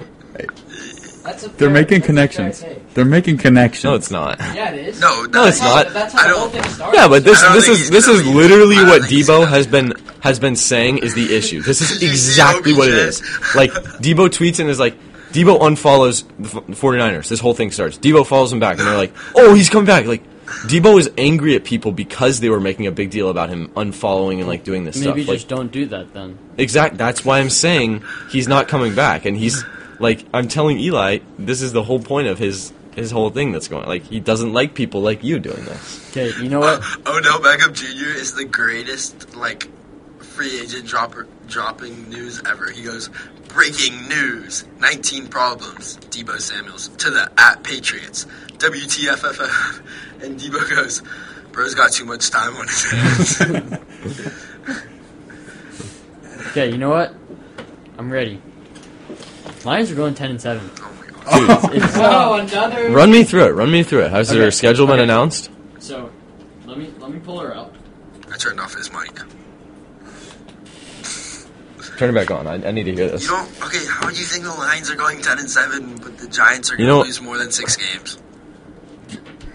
Speaker 8: That's a
Speaker 1: they're
Speaker 8: fair-
Speaker 1: making
Speaker 8: that's a fair
Speaker 1: connections.
Speaker 8: take.
Speaker 1: They're making connections.
Speaker 5: No, it's not.
Speaker 8: Yeah, it is.
Speaker 2: No, that,
Speaker 5: No, it's not.
Speaker 8: But that's how
Speaker 2: I
Speaker 8: the whole
Speaker 2: don't-
Speaker 8: thing started.
Speaker 5: Yeah, but this
Speaker 2: I don't
Speaker 5: this
Speaker 2: think
Speaker 5: is
Speaker 2: he's
Speaker 5: this
Speaker 2: gonna
Speaker 5: is
Speaker 2: leave.
Speaker 5: literally
Speaker 2: I don't
Speaker 5: what
Speaker 2: think he's
Speaker 5: Debo
Speaker 2: gonna
Speaker 5: has
Speaker 2: leave.
Speaker 5: been has been saying is the issue. This is
Speaker 2: You see
Speaker 5: exactly what it
Speaker 2: OBJ?
Speaker 5: is. Like Debo tweets and is like Debo unfollows the f- 49ers. This whole thing starts. Debo follows him back and they're like, "Oh, he's coming back." Like Debo is angry at people because they were making a big deal about him unfollowing and like doing this
Speaker 4: Maybe
Speaker 5: stuff.
Speaker 4: just
Speaker 5: Like,
Speaker 4: don't do that then.
Speaker 5: Exact. That's why I'm saying he's not coming back, and he's like I'm telling Eli, this is the whole point of his his whole thing that's going. Like he doesn't like people like you doing this.
Speaker 4: Okay, you know what?
Speaker 2: Odell Oh, Beckham Jr. is the greatest like free agent dropper dropping news ever. He goes, breaking news, 19 problems, Debo Samuels to the at Patriots, WTFFF, and Debo goes, bro's got too much time on his hands. Oh
Speaker 4: Okay, you know what? I'm ready. Lions are going ten and seven.
Speaker 2: oh my god.
Speaker 4: It's,
Speaker 8: Oh, another.
Speaker 5: Run me through it. Run me through it. Has
Speaker 4: Okay.
Speaker 5: their schedule been
Speaker 4: Okay.
Speaker 5: announced?
Speaker 4: so let me let me pull her up.
Speaker 2: I turned off his mic.
Speaker 5: Turn it back on. I, I need to hear
Speaker 2: You
Speaker 5: this.
Speaker 2: don't okay, how do you think the Lions are going 10 and 7 but the Giants are going
Speaker 5: You
Speaker 2: to
Speaker 5: know-
Speaker 2: lose more than 6 games?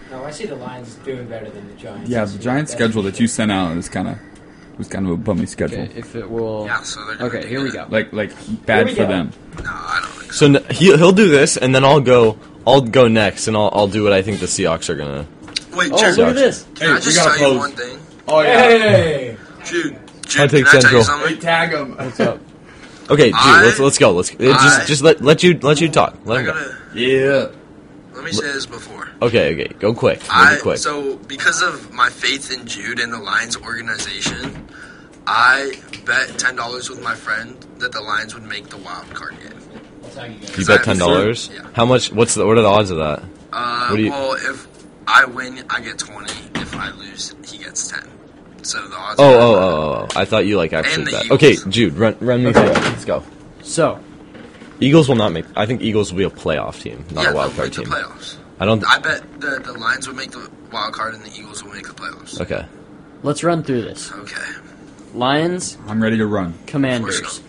Speaker 8: No, I see the Lions doing better than the Giants.
Speaker 1: yeah,
Speaker 8: this
Speaker 1: the
Speaker 8: year.
Speaker 1: Giant
Speaker 8: That's
Speaker 1: schedule
Speaker 8: for
Speaker 1: that you
Speaker 8: sure.
Speaker 1: sent out was kind of was kind of a bummy schedule.
Speaker 4: Okay, if it will.
Speaker 2: Yeah, so they're gonna
Speaker 4: okay,
Speaker 2: do
Speaker 4: here we
Speaker 2: that.
Speaker 4: go.
Speaker 1: Like like bad
Speaker 8: we
Speaker 1: for
Speaker 8: go.
Speaker 1: them.
Speaker 2: No, I don't think so.
Speaker 5: So n- he he'll do this, and then I'll go. I'll go next, and I'll I'll do what I think the Seahawks are gonna.
Speaker 2: Wait,
Speaker 4: Oh,
Speaker 2: Jude,
Speaker 4: look at this.
Speaker 2: can I just tell you one thing?
Speaker 1: Oh
Speaker 8: Hey!
Speaker 2: Jude,
Speaker 5: I'll
Speaker 2: Jude
Speaker 5: take
Speaker 2: can I tell you
Speaker 5: Central.
Speaker 2: something?
Speaker 1: tag him.
Speaker 4: What's up?
Speaker 5: Okay, dude,
Speaker 2: I-
Speaker 5: let's let's go. Let's uh,
Speaker 2: I-
Speaker 5: just just let let you let you talk. Let
Speaker 2: I
Speaker 5: him go.
Speaker 2: gotta,
Speaker 1: Yeah.
Speaker 2: I Let me say this before.
Speaker 5: Okay, okay, go quick. Make
Speaker 2: I
Speaker 5: it quick.
Speaker 2: so because of my faith in Jude and the Lions organization, I bet ten dollars with my friend that the Lions would make the wild card game.
Speaker 8: I'll tag you guys.
Speaker 5: you bet ten dollars.
Speaker 2: Yeah.
Speaker 5: How much? What's the? What are the odds of that?
Speaker 2: Uh,
Speaker 5: What do you-
Speaker 2: well, if I win, I get twenty. If I lose, he gets ten. So the odds.
Speaker 5: Oh,
Speaker 2: are-
Speaker 5: oh, oh, oh, oh! I thought you like actually
Speaker 2: the
Speaker 5: bet.
Speaker 2: Eagles.
Speaker 5: Okay, Jude, run, run me through it. Let's go.
Speaker 4: So,
Speaker 5: Eagles will not make. I think Eagles will be a playoff team, not
Speaker 2: yeah,
Speaker 5: a wild
Speaker 2: they'll
Speaker 5: card
Speaker 2: make the
Speaker 5: team.
Speaker 2: playoffs.
Speaker 5: I don't.
Speaker 2: I bet the the Lions would make the wild card and the Eagles will make the playoffs.
Speaker 5: okay.
Speaker 4: let's run through this.
Speaker 2: Okay.
Speaker 4: Lions,
Speaker 1: I'm ready to run.
Speaker 4: Commanders.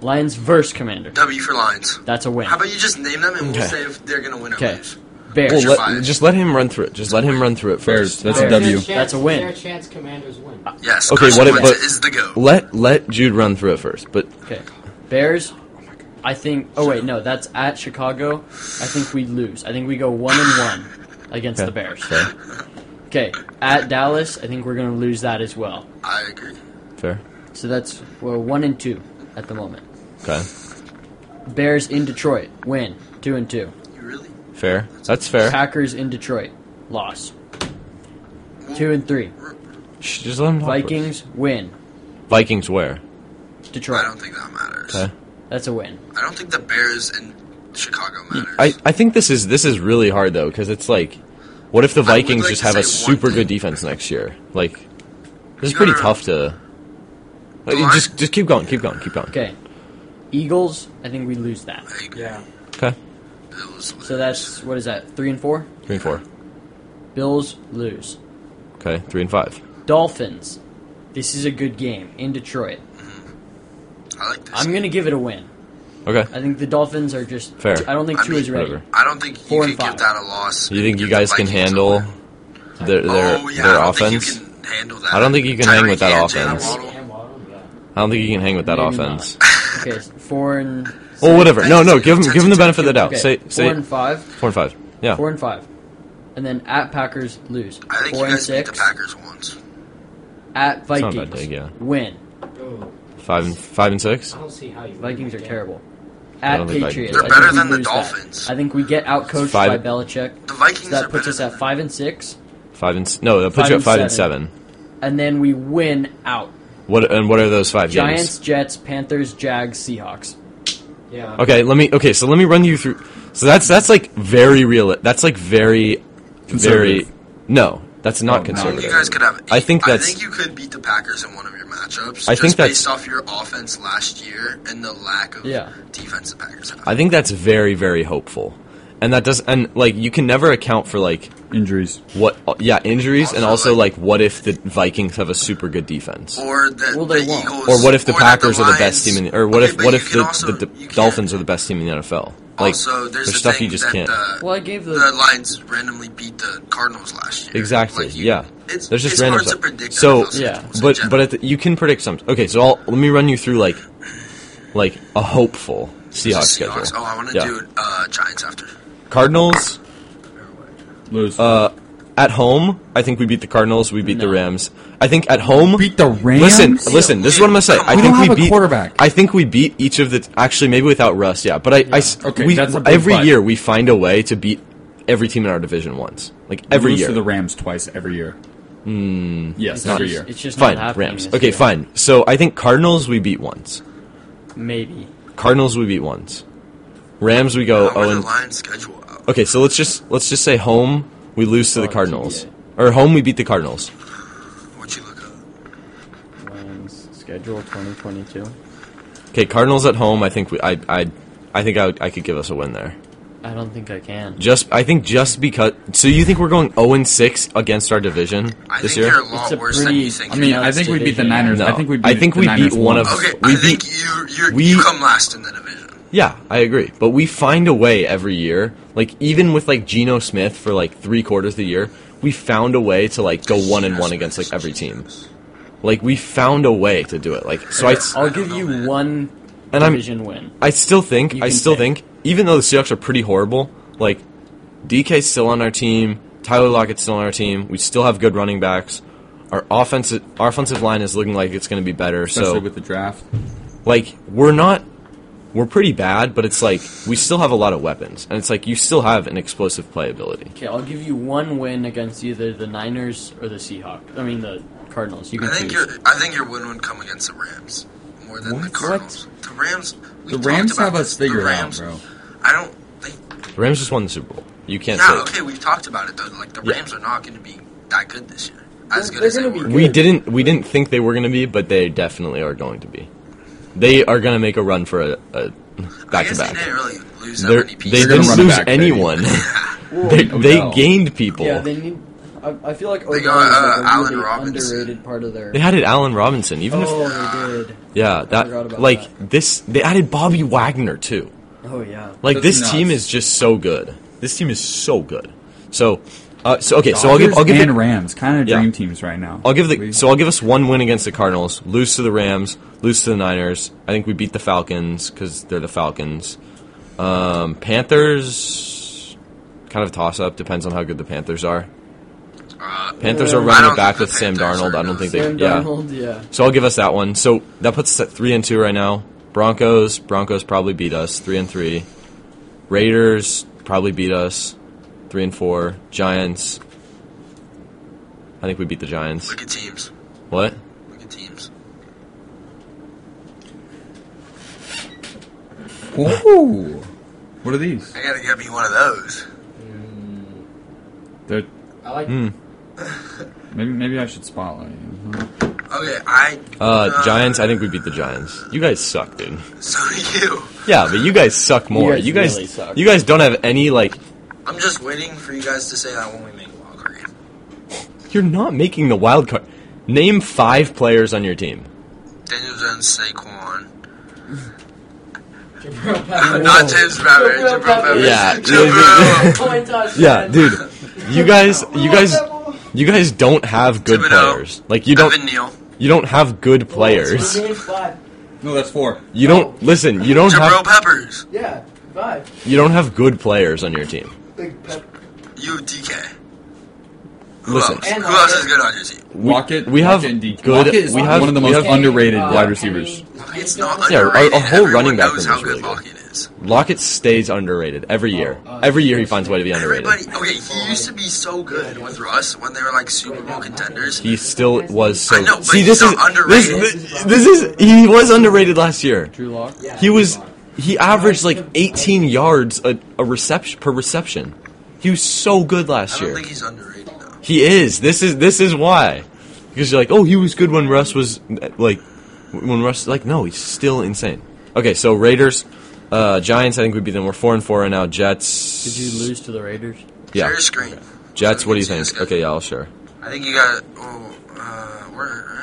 Speaker 4: Lions versus Commander.
Speaker 2: W for Lions.
Speaker 4: That's a win.
Speaker 2: How about you just name them and we'll
Speaker 5: Okay.
Speaker 2: say if they're gonna win or
Speaker 4: Okay.
Speaker 2: lose.
Speaker 4: Bears.
Speaker 5: Well, let,
Speaker 2: five.
Speaker 5: just let him run through it. Just let him run through it
Speaker 1: Bears.
Speaker 5: first.
Speaker 1: That's
Speaker 4: Fair.
Speaker 1: a W.
Speaker 8: Is there
Speaker 4: That's a
Speaker 8: chance-
Speaker 4: win.
Speaker 8: Is there a chance Commanders win?
Speaker 2: Yes.
Speaker 5: Okay, what
Speaker 2: Carson
Speaker 5: if- but-
Speaker 2: Wentz is the goat?
Speaker 5: Let let Jude run through it first. But
Speaker 4: Okay. Bears. I think. Oh wait, no, that's at Chicago. I think we lose. I think we go one and one against
Speaker 5: Okay.
Speaker 4: the Bears.
Speaker 5: fair,
Speaker 4: Okay. At Dallas, I think we're gonna lose that as well.
Speaker 2: I agree.
Speaker 5: fair.
Speaker 4: So that's we're one and two at the moment.
Speaker 5: Okay,
Speaker 4: Bears in Detroit win two and two.
Speaker 2: You really?
Speaker 5: fair. That's fair.
Speaker 4: Packers in Detroit loss two and three.
Speaker 5: Shh, just let him talk first.
Speaker 4: Vikings win
Speaker 5: Vikings where?
Speaker 2: I
Speaker 4: Detroit.
Speaker 2: don't think that matters.
Speaker 5: Okay.
Speaker 4: That's a win.
Speaker 2: I don't think the Bears and Chicago matters.
Speaker 5: I, I think this is this is really hard though because it's like, what if the
Speaker 2: would
Speaker 5: Vikings
Speaker 2: like
Speaker 5: just
Speaker 2: to
Speaker 5: have a
Speaker 2: say one
Speaker 5: super
Speaker 2: thing.
Speaker 5: good defense next year? Like, this is
Speaker 2: No,
Speaker 5: pretty
Speaker 2: no, no.
Speaker 5: tough to. Like,
Speaker 2: Well, I-
Speaker 5: just just keep going, keep going, keep going.
Speaker 4: Okay. Eagles. I think we lose that.
Speaker 2: I agree.
Speaker 7: Yeah.
Speaker 5: Okay,
Speaker 2: Bills lose.
Speaker 4: So that's what is that three and four.
Speaker 5: three and four.
Speaker 4: Bills lose.
Speaker 5: Okay, three and five.
Speaker 4: Dolphins. This is a good game in Detroit.
Speaker 2: I like this.
Speaker 4: I'm going to give it a win.
Speaker 5: Okay,
Speaker 4: I think the Dolphins are just.
Speaker 5: Fair.
Speaker 4: I don't think
Speaker 2: I
Speaker 4: two
Speaker 2: mean,
Speaker 4: is ready.
Speaker 5: whatever.
Speaker 2: I don't think you
Speaker 4: Four and
Speaker 2: could give
Speaker 4: five.
Speaker 2: that a loss.
Speaker 5: you think
Speaker 2: and
Speaker 5: you
Speaker 2: give the
Speaker 5: guys can
Speaker 2: Vikings a
Speaker 5: handle
Speaker 2: win.
Speaker 5: their their
Speaker 2: oh, yeah,
Speaker 5: their
Speaker 2: I don't
Speaker 5: offense?
Speaker 2: Think you can handle that.
Speaker 5: I don't think you can hang
Speaker 2: Tyreek
Speaker 5: with that
Speaker 2: and Jalen
Speaker 5: offense.
Speaker 2: Waddle.
Speaker 8: And Waddle, yeah.
Speaker 5: I don't think you can hang with that
Speaker 4: Maybe
Speaker 5: offense.
Speaker 4: not. Okay, so four and.
Speaker 5: Well, whatever. No, no,
Speaker 2: Tentative,
Speaker 5: give him give him the
Speaker 2: tentative.
Speaker 5: benefit of the doubt.
Speaker 4: okay,
Speaker 5: Say say
Speaker 4: Four and five.
Speaker 5: four and five. Yeah,
Speaker 4: Four and five. And then at Packers, lose.
Speaker 2: I think
Speaker 4: four
Speaker 2: you guys
Speaker 4: and
Speaker 2: beat
Speaker 4: six.
Speaker 2: the Packers once.
Speaker 4: At
Speaker 5: not a
Speaker 4: Vikings,
Speaker 5: bad dig, yeah.
Speaker 4: win.
Speaker 8: Oh,
Speaker 5: five and five and six.
Speaker 8: I don't see how you. win
Speaker 4: Vikings are
Speaker 8: that game.
Speaker 4: terrible.
Speaker 5: I
Speaker 4: At
Speaker 5: don't think
Speaker 4: Patriots.
Speaker 5: Vikings are They're
Speaker 4: I think
Speaker 2: better
Speaker 4: we
Speaker 2: than the
Speaker 4: lose that.
Speaker 2: Dolphins.
Speaker 4: I think we get outcoached by
Speaker 5: Five-
Speaker 4: Belichick.
Speaker 2: The Vikings
Speaker 4: So
Speaker 2: are
Speaker 4: that puts
Speaker 2: better
Speaker 4: us
Speaker 2: than
Speaker 4: at
Speaker 2: them.
Speaker 4: five and six,
Speaker 5: Five and s- no, that puts
Speaker 4: Five
Speaker 5: you at
Speaker 4: and
Speaker 5: five and
Speaker 4: seven.
Speaker 5: seven.
Speaker 4: and then we win out.
Speaker 5: What and what are those five games?
Speaker 4: Giants, Jets, Panthers, Jags, Seahawks.
Speaker 8: Yeah.
Speaker 5: Okay, let me. Okay, so let me run you through. So that's that's like very real. That's like very, very.
Speaker 1: Conservative.
Speaker 5: No, that's not
Speaker 2: I think
Speaker 5: conservative.
Speaker 2: you guys could have.
Speaker 5: I think that's-
Speaker 2: I think you could beat the Packers in one of your matchups.
Speaker 5: I
Speaker 2: just
Speaker 5: think that's-
Speaker 2: based off your offense last year and the lack of
Speaker 4: Yeah.
Speaker 2: defense the Packers have.
Speaker 5: I think that's very very hopeful, and that does and like you can never account for like
Speaker 1: Injuries.
Speaker 5: what yeah injuries and
Speaker 2: Also,
Speaker 5: also
Speaker 2: like-
Speaker 5: like what if the Vikings have a super good defense.
Speaker 2: or that
Speaker 4: Well,
Speaker 2: the
Speaker 4: they won't.
Speaker 2: Eagles,
Speaker 5: or what if the
Speaker 2: or that
Speaker 5: Packers are the best
Speaker 2: Lions-
Speaker 5: team in, or what
Speaker 2: Okay,
Speaker 5: if
Speaker 2: but
Speaker 5: what
Speaker 2: you
Speaker 5: if
Speaker 2: can
Speaker 5: the,
Speaker 2: also-
Speaker 5: the D-
Speaker 2: you can't-
Speaker 5: Dolphins are the best team in the NFL? Like,
Speaker 2: also, there's, the
Speaker 5: stuff
Speaker 2: thing
Speaker 5: you just
Speaker 2: that uh,
Speaker 5: can't.
Speaker 2: The,
Speaker 4: Well, I gave the-
Speaker 2: the Lions randomly beat the Cardinals last year.
Speaker 5: Exactly.
Speaker 2: Like, you-
Speaker 5: yeah.
Speaker 2: It's,
Speaker 5: There's just
Speaker 2: it's
Speaker 5: random
Speaker 2: hard
Speaker 5: stuff.
Speaker 2: to predict.
Speaker 5: so
Speaker 2: NFL
Speaker 4: Yeah.
Speaker 2: schedules in
Speaker 5: but
Speaker 2: general.
Speaker 5: but at the, you can predict some. Okay, so I'll let me run you through like like a hopeful
Speaker 2: It's
Speaker 5: Seahawks,
Speaker 2: the Seahawks.
Speaker 5: schedule.
Speaker 2: Oh, I want to
Speaker 5: Yeah. Oh,
Speaker 2: do uh, Giants after.
Speaker 5: Cardinals
Speaker 1: Lose.
Speaker 5: uh, at home. I think we beat the Cardinals. We beat the
Speaker 4: No.
Speaker 5: Rams. I think at home
Speaker 1: Beat the Rams?
Speaker 5: Listen, listen. This is what I'm gonna say. I
Speaker 1: We
Speaker 5: think
Speaker 1: don't
Speaker 5: we
Speaker 1: have a
Speaker 5: beat
Speaker 1: quarterback.
Speaker 5: I think we beat each of the actually maybe without Russ. Yeah, but I, I s-
Speaker 1: Okay,
Speaker 5: we,
Speaker 1: that's a big
Speaker 5: every
Speaker 1: but.
Speaker 5: year we find a way to beat every team in our division once. Like
Speaker 1: We
Speaker 5: every
Speaker 1: lose
Speaker 5: year.
Speaker 1: to
Speaker 5: Hmm.
Speaker 1: the Rams twice every year. yes, every
Speaker 4: just,
Speaker 1: year.
Speaker 4: It's just not
Speaker 5: fine,
Speaker 4: happening.
Speaker 5: Rams.
Speaker 4: this
Speaker 5: Okay,
Speaker 4: year.
Speaker 5: fine. So I think Cardinals we beat once.
Speaker 4: Maybe.
Speaker 5: Cardinals we beat once. Rams we go
Speaker 2: I want
Speaker 5: oh
Speaker 2: the
Speaker 5: and
Speaker 2: Lions schedule out.
Speaker 5: okay. So let's just let's just say home we lose to the
Speaker 4: Oh,
Speaker 5: Cardinals
Speaker 4: TBA.
Speaker 5: or home we beat the Cardinals.
Speaker 2: What you look up?
Speaker 4: Lions schedule 2022.
Speaker 5: Okay, Cardinals at home. I think we I I I think I, would- I could give us a win there.
Speaker 4: I don't think I can.
Speaker 5: Just I think just because. So you think we're going zero and six against our division
Speaker 2: I
Speaker 5: this
Speaker 2: think they're
Speaker 5: year?
Speaker 2: a lot
Speaker 4: It's a
Speaker 2: worse than
Speaker 4: pretty-
Speaker 2: you think.
Speaker 1: I mean,
Speaker 2: they are.
Speaker 1: I think we beat the
Speaker 4: Division.
Speaker 1: Niners.
Speaker 5: No.
Speaker 1: I think we beat,
Speaker 5: I think
Speaker 1: the
Speaker 5: we
Speaker 1: Niners
Speaker 5: beat one
Speaker 1: once.
Speaker 5: of-
Speaker 2: okay,
Speaker 5: we
Speaker 2: I think
Speaker 5: beat-
Speaker 2: you you're,
Speaker 5: we-
Speaker 2: you come last in the division.
Speaker 5: Yeah, I agree. But we find a way every year. Like even with like Geno Smith for like three quarters of the year, we found a way to like go one and one against like every team. Like we found a way to do it. Like so I. s-
Speaker 4: I'll give you one
Speaker 5: And I'm-
Speaker 4: division win.
Speaker 5: I still think.
Speaker 4: You
Speaker 5: I
Speaker 4: can
Speaker 5: still
Speaker 4: pick.
Speaker 5: think. Even though the Seahawks are pretty horrible, like DK's still on our team, Tyler Lockett's still on our team. We still have good running backs. Our offensive our offensive line is looking like it's going to be better.
Speaker 1: especially
Speaker 5: so
Speaker 1: with the draft.
Speaker 5: like we're not. we're pretty bad, but it's like we still have a lot of weapons, and it's like you still have an explosive playability.
Speaker 4: Okay, I'll give you one win against either the Niners or the Seahawks. I mean the Cardinals. You can
Speaker 2: I think your
Speaker 4: choose.
Speaker 2: I think your win would come against the Rams more than the
Speaker 1: What?
Speaker 2: Cardinals. The Rams. We
Speaker 1: The
Speaker 2: talked
Speaker 1: Rams
Speaker 2: about
Speaker 1: have
Speaker 2: this.
Speaker 1: us figured
Speaker 2: the Rams,
Speaker 1: out, bro.
Speaker 2: I don't. think
Speaker 5: The Rams just won the Super Bowl. You can't
Speaker 2: yeah,
Speaker 5: say
Speaker 2: Ah, okay, we've talked about it though. Like the
Speaker 5: Yeah.
Speaker 2: Rams are not going to be that good this year. As
Speaker 7: They're-
Speaker 2: good as
Speaker 7: they're
Speaker 2: they
Speaker 7: gonna
Speaker 2: were.
Speaker 7: be
Speaker 5: we didn't. We didn't think they were going to be, but they definitely are going to be. They are going to make a run for a,
Speaker 2: I
Speaker 5: a back to
Speaker 2: guess they
Speaker 5: back.
Speaker 2: didn't really lose that
Speaker 5: They're-
Speaker 2: many
Speaker 5: They
Speaker 2: pieces.
Speaker 1: They're gonna
Speaker 5: didn't
Speaker 1: run it
Speaker 5: lose
Speaker 1: back, baby.
Speaker 5: anyone. they
Speaker 1: Well,
Speaker 5: they
Speaker 1: no.
Speaker 5: gained people.
Speaker 9: Yeah,
Speaker 5: they,
Speaker 9: they need. I, I feel like
Speaker 2: They
Speaker 9: Odell
Speaker 2: got, uh,
Speaker 9: is like a
Speaker 2: Allen
Speaker 9: really
Speaker 2: Robinson.
Speaker 9: underrated part of their.
Speaker 5: had it Allen Robinson. Even if
Speaker 9: oh, they did.
Speaker 5: yeah,
Speaker 9: forgot
Speaker 5: that
Speaker 9: about
Speaker 5: like
Speaker 9: that.
Speaker 5: this. They added Bobby Wagner too.
Speaker 9: Oh yeah.
Speaker 5: Like
Speaker 1: That's
Speaker 5: this
Speaker 1: nuts.
Speaker 5: team is just so good. This team is so good. So, uh, so okay. So I'll give.
Speaker 1: Dodgers
Speaker 5: I'll give.
Speaker 1: and
Speaker 5: the-
Speaker 1: Rams kind of
Speaker 5: Yeah.
Speaker 1: dream teams right now.
Speaker 5: I'll give the
Speaker 1: We-
Speaker 5: so I'll give us one win against the Cardinals, lose to the Rams, lose to the Niners. I think we beat the Falcons because they're the Falcons. Um, Panthers, kind of a toss up. Depends on how good the Panthers are.
Speaker 2: Uh,
Speaker 5: Panthers
Speaker 9: Yeah.
Speaker 5: are
Speaker 9: I
Speaker 5: running
Speaker 2: don't
Speaker 5: it back
Speaker 2: think the
Speaker 5: with Sam
Speaker 2: Panthers
Speaker 5: Darnold.
Speaker 2: are
Speaker 5: I don't think they.
Speaker 9: Sam
Speaker 5: yeah.
Speaker 9: Darnold. Yeah.
Speaker 5: So I'll give us that one. So that puts us at three and two right now. Broncos, Broncos probably beat us three and three. Raiders probably beat us three and four. Giants. I think we beat the Giants.
Speaker 2: look at teams.
Speaker 5: What?
Speaker 2: Look at teams.
Speaker 1: Ooh. What are these?
Speaker 2: I gotta get me one of those.
Speaker 1: They're,
Speaker 8: I like
Speaker 5: Hmm.
Speaker 1: maybe maybe I should spotlight you. huh?
Speaker 2: Okay, I.
Speaker 5: Uh, Giants. I think we beat the Giants. You guys suck, dude.
Speaker 2: So do you.
Speaker 5: Yeah, but you guys suck more.
Speaker 4: guys
Speaker 5: You guys,
Speaker 4: really suck.
Speaker 5: you guys don't have any like.
Speaker 2: I'm just waiting for you guys to say that when we make a wild card game.
Speaker 5: You're not making the wild card. Name five players on your team.
Speaker 2: Daniel Jones, Saquon,
Speaker 8: Jabril
Speaker 2: uh,
Speaker 8: Peppers.
Speaker 2: not James Bradbury,
Speaker 7: Jabril
Speaker 2: Jabril Peppers.
Speaker 5: Yeah.
Speaker 2: Jabril.
Speaker 7: Point us,
Speaker 5: Yeah,
Speaker 7: man.
Speaker 5: dude. You guys, you guys, you guys don't have good
Speaker 2: Thibodeau.
Speaker 5: players. Like you don't,
Speaker 2: Evan Neal,
Speaker 5: you don't have good
Speaker 7: It's
Speaker 5: players.
Speaker 7: for game five.
Speaker 1: No, that's four.
Speaker 5: You don't listen. You don't
Speaker 2: Jabril
Speaker 5: have
Speaker 2: Peppers,
Speaker 7: Yeah, five.
Speaker 5: you don't have good players on your team.
Speaker 7: Big pep.
Speaker 2: you DK. Who
Speaker 5: Listen.
Speaker 2: else?
Speaker 7: And
Speaker 2: Who else is
Speaker 7: Hunter.
Speaker 2: good on your team?
Speaker 1: Rocket.
Speaker 5: we have
Speaker 1: Rocket and DK.
Speaker 5: good-
Speaker 1: Rocket is
Speaker 5: we have-
Speaker 1: one of the
Speaker 5: we
Speaker 1: most
Speaker 5: have-
Speaker 1: underrated
Speaker 8: Uh,
Speaker 1: wide receivers.
Speaker 8: Penny.
Speaker 2: It's not
Speaker 5: Yeah, a- a
Speaker 2: underrated.
Speaker 5: whole
Speaker 2: Everyone
Speaker 5: running back
Speaker 2: knows
Speaker 5: room
Speaker 2: how
Speaker 5: is
Speaker 2: good
Speaker 5: really good.
Speaker 2: Lockett is.
Speaker 5: Lockett stays underrated every year.
Speaker 8: Oh, uh,
Speaker 5: every year he finds a way to be underrated.
Speaker 2: Everybody, okay, he used to be so good with Russ when they were like Super Bowl contenders.
Speaker 5: He still was so.
Speaker 2: I know, but
Speaker 5: See,
Speaker 2: he's
Speaker 5: this
Speaker 2: still
Speaker 5: is
Speaker 2: underrated.
Speaker 5: This, this is he was underrated last year.
Speaker 4: Drew Lock.
Speaker 8: Yeah,
Speaker 5: He was he averaged like
Speaker 8: I-
Speaker 5: 18 yards a, a reception per reception. He was so good
Speaker 2: I
Speaker 5: last
Speaker 2: don't
Speaker 5: year.
Speaker 2: think he's underrated though.
Speaker 5: He is. This is this is why. Because you're like, oh, he was good when Russ was like, when Russ like, no, he's still insane. Okay, so Raiders, uh, Giants. I think we beat them. We're four and four right now. Jets.
Speaker 4: Did you lose to the Raiders?
Speaker 5: Yeah.
Speaker 2: Share your screen.
Speaker 5: Jets. What do you
Speaker 2: See this
Speaker 5: think?
Speaker 2: guy.
Speaker 5: Okay, yeah, I'll share.
Speaker 2: I think you got. Oh, uh, we're.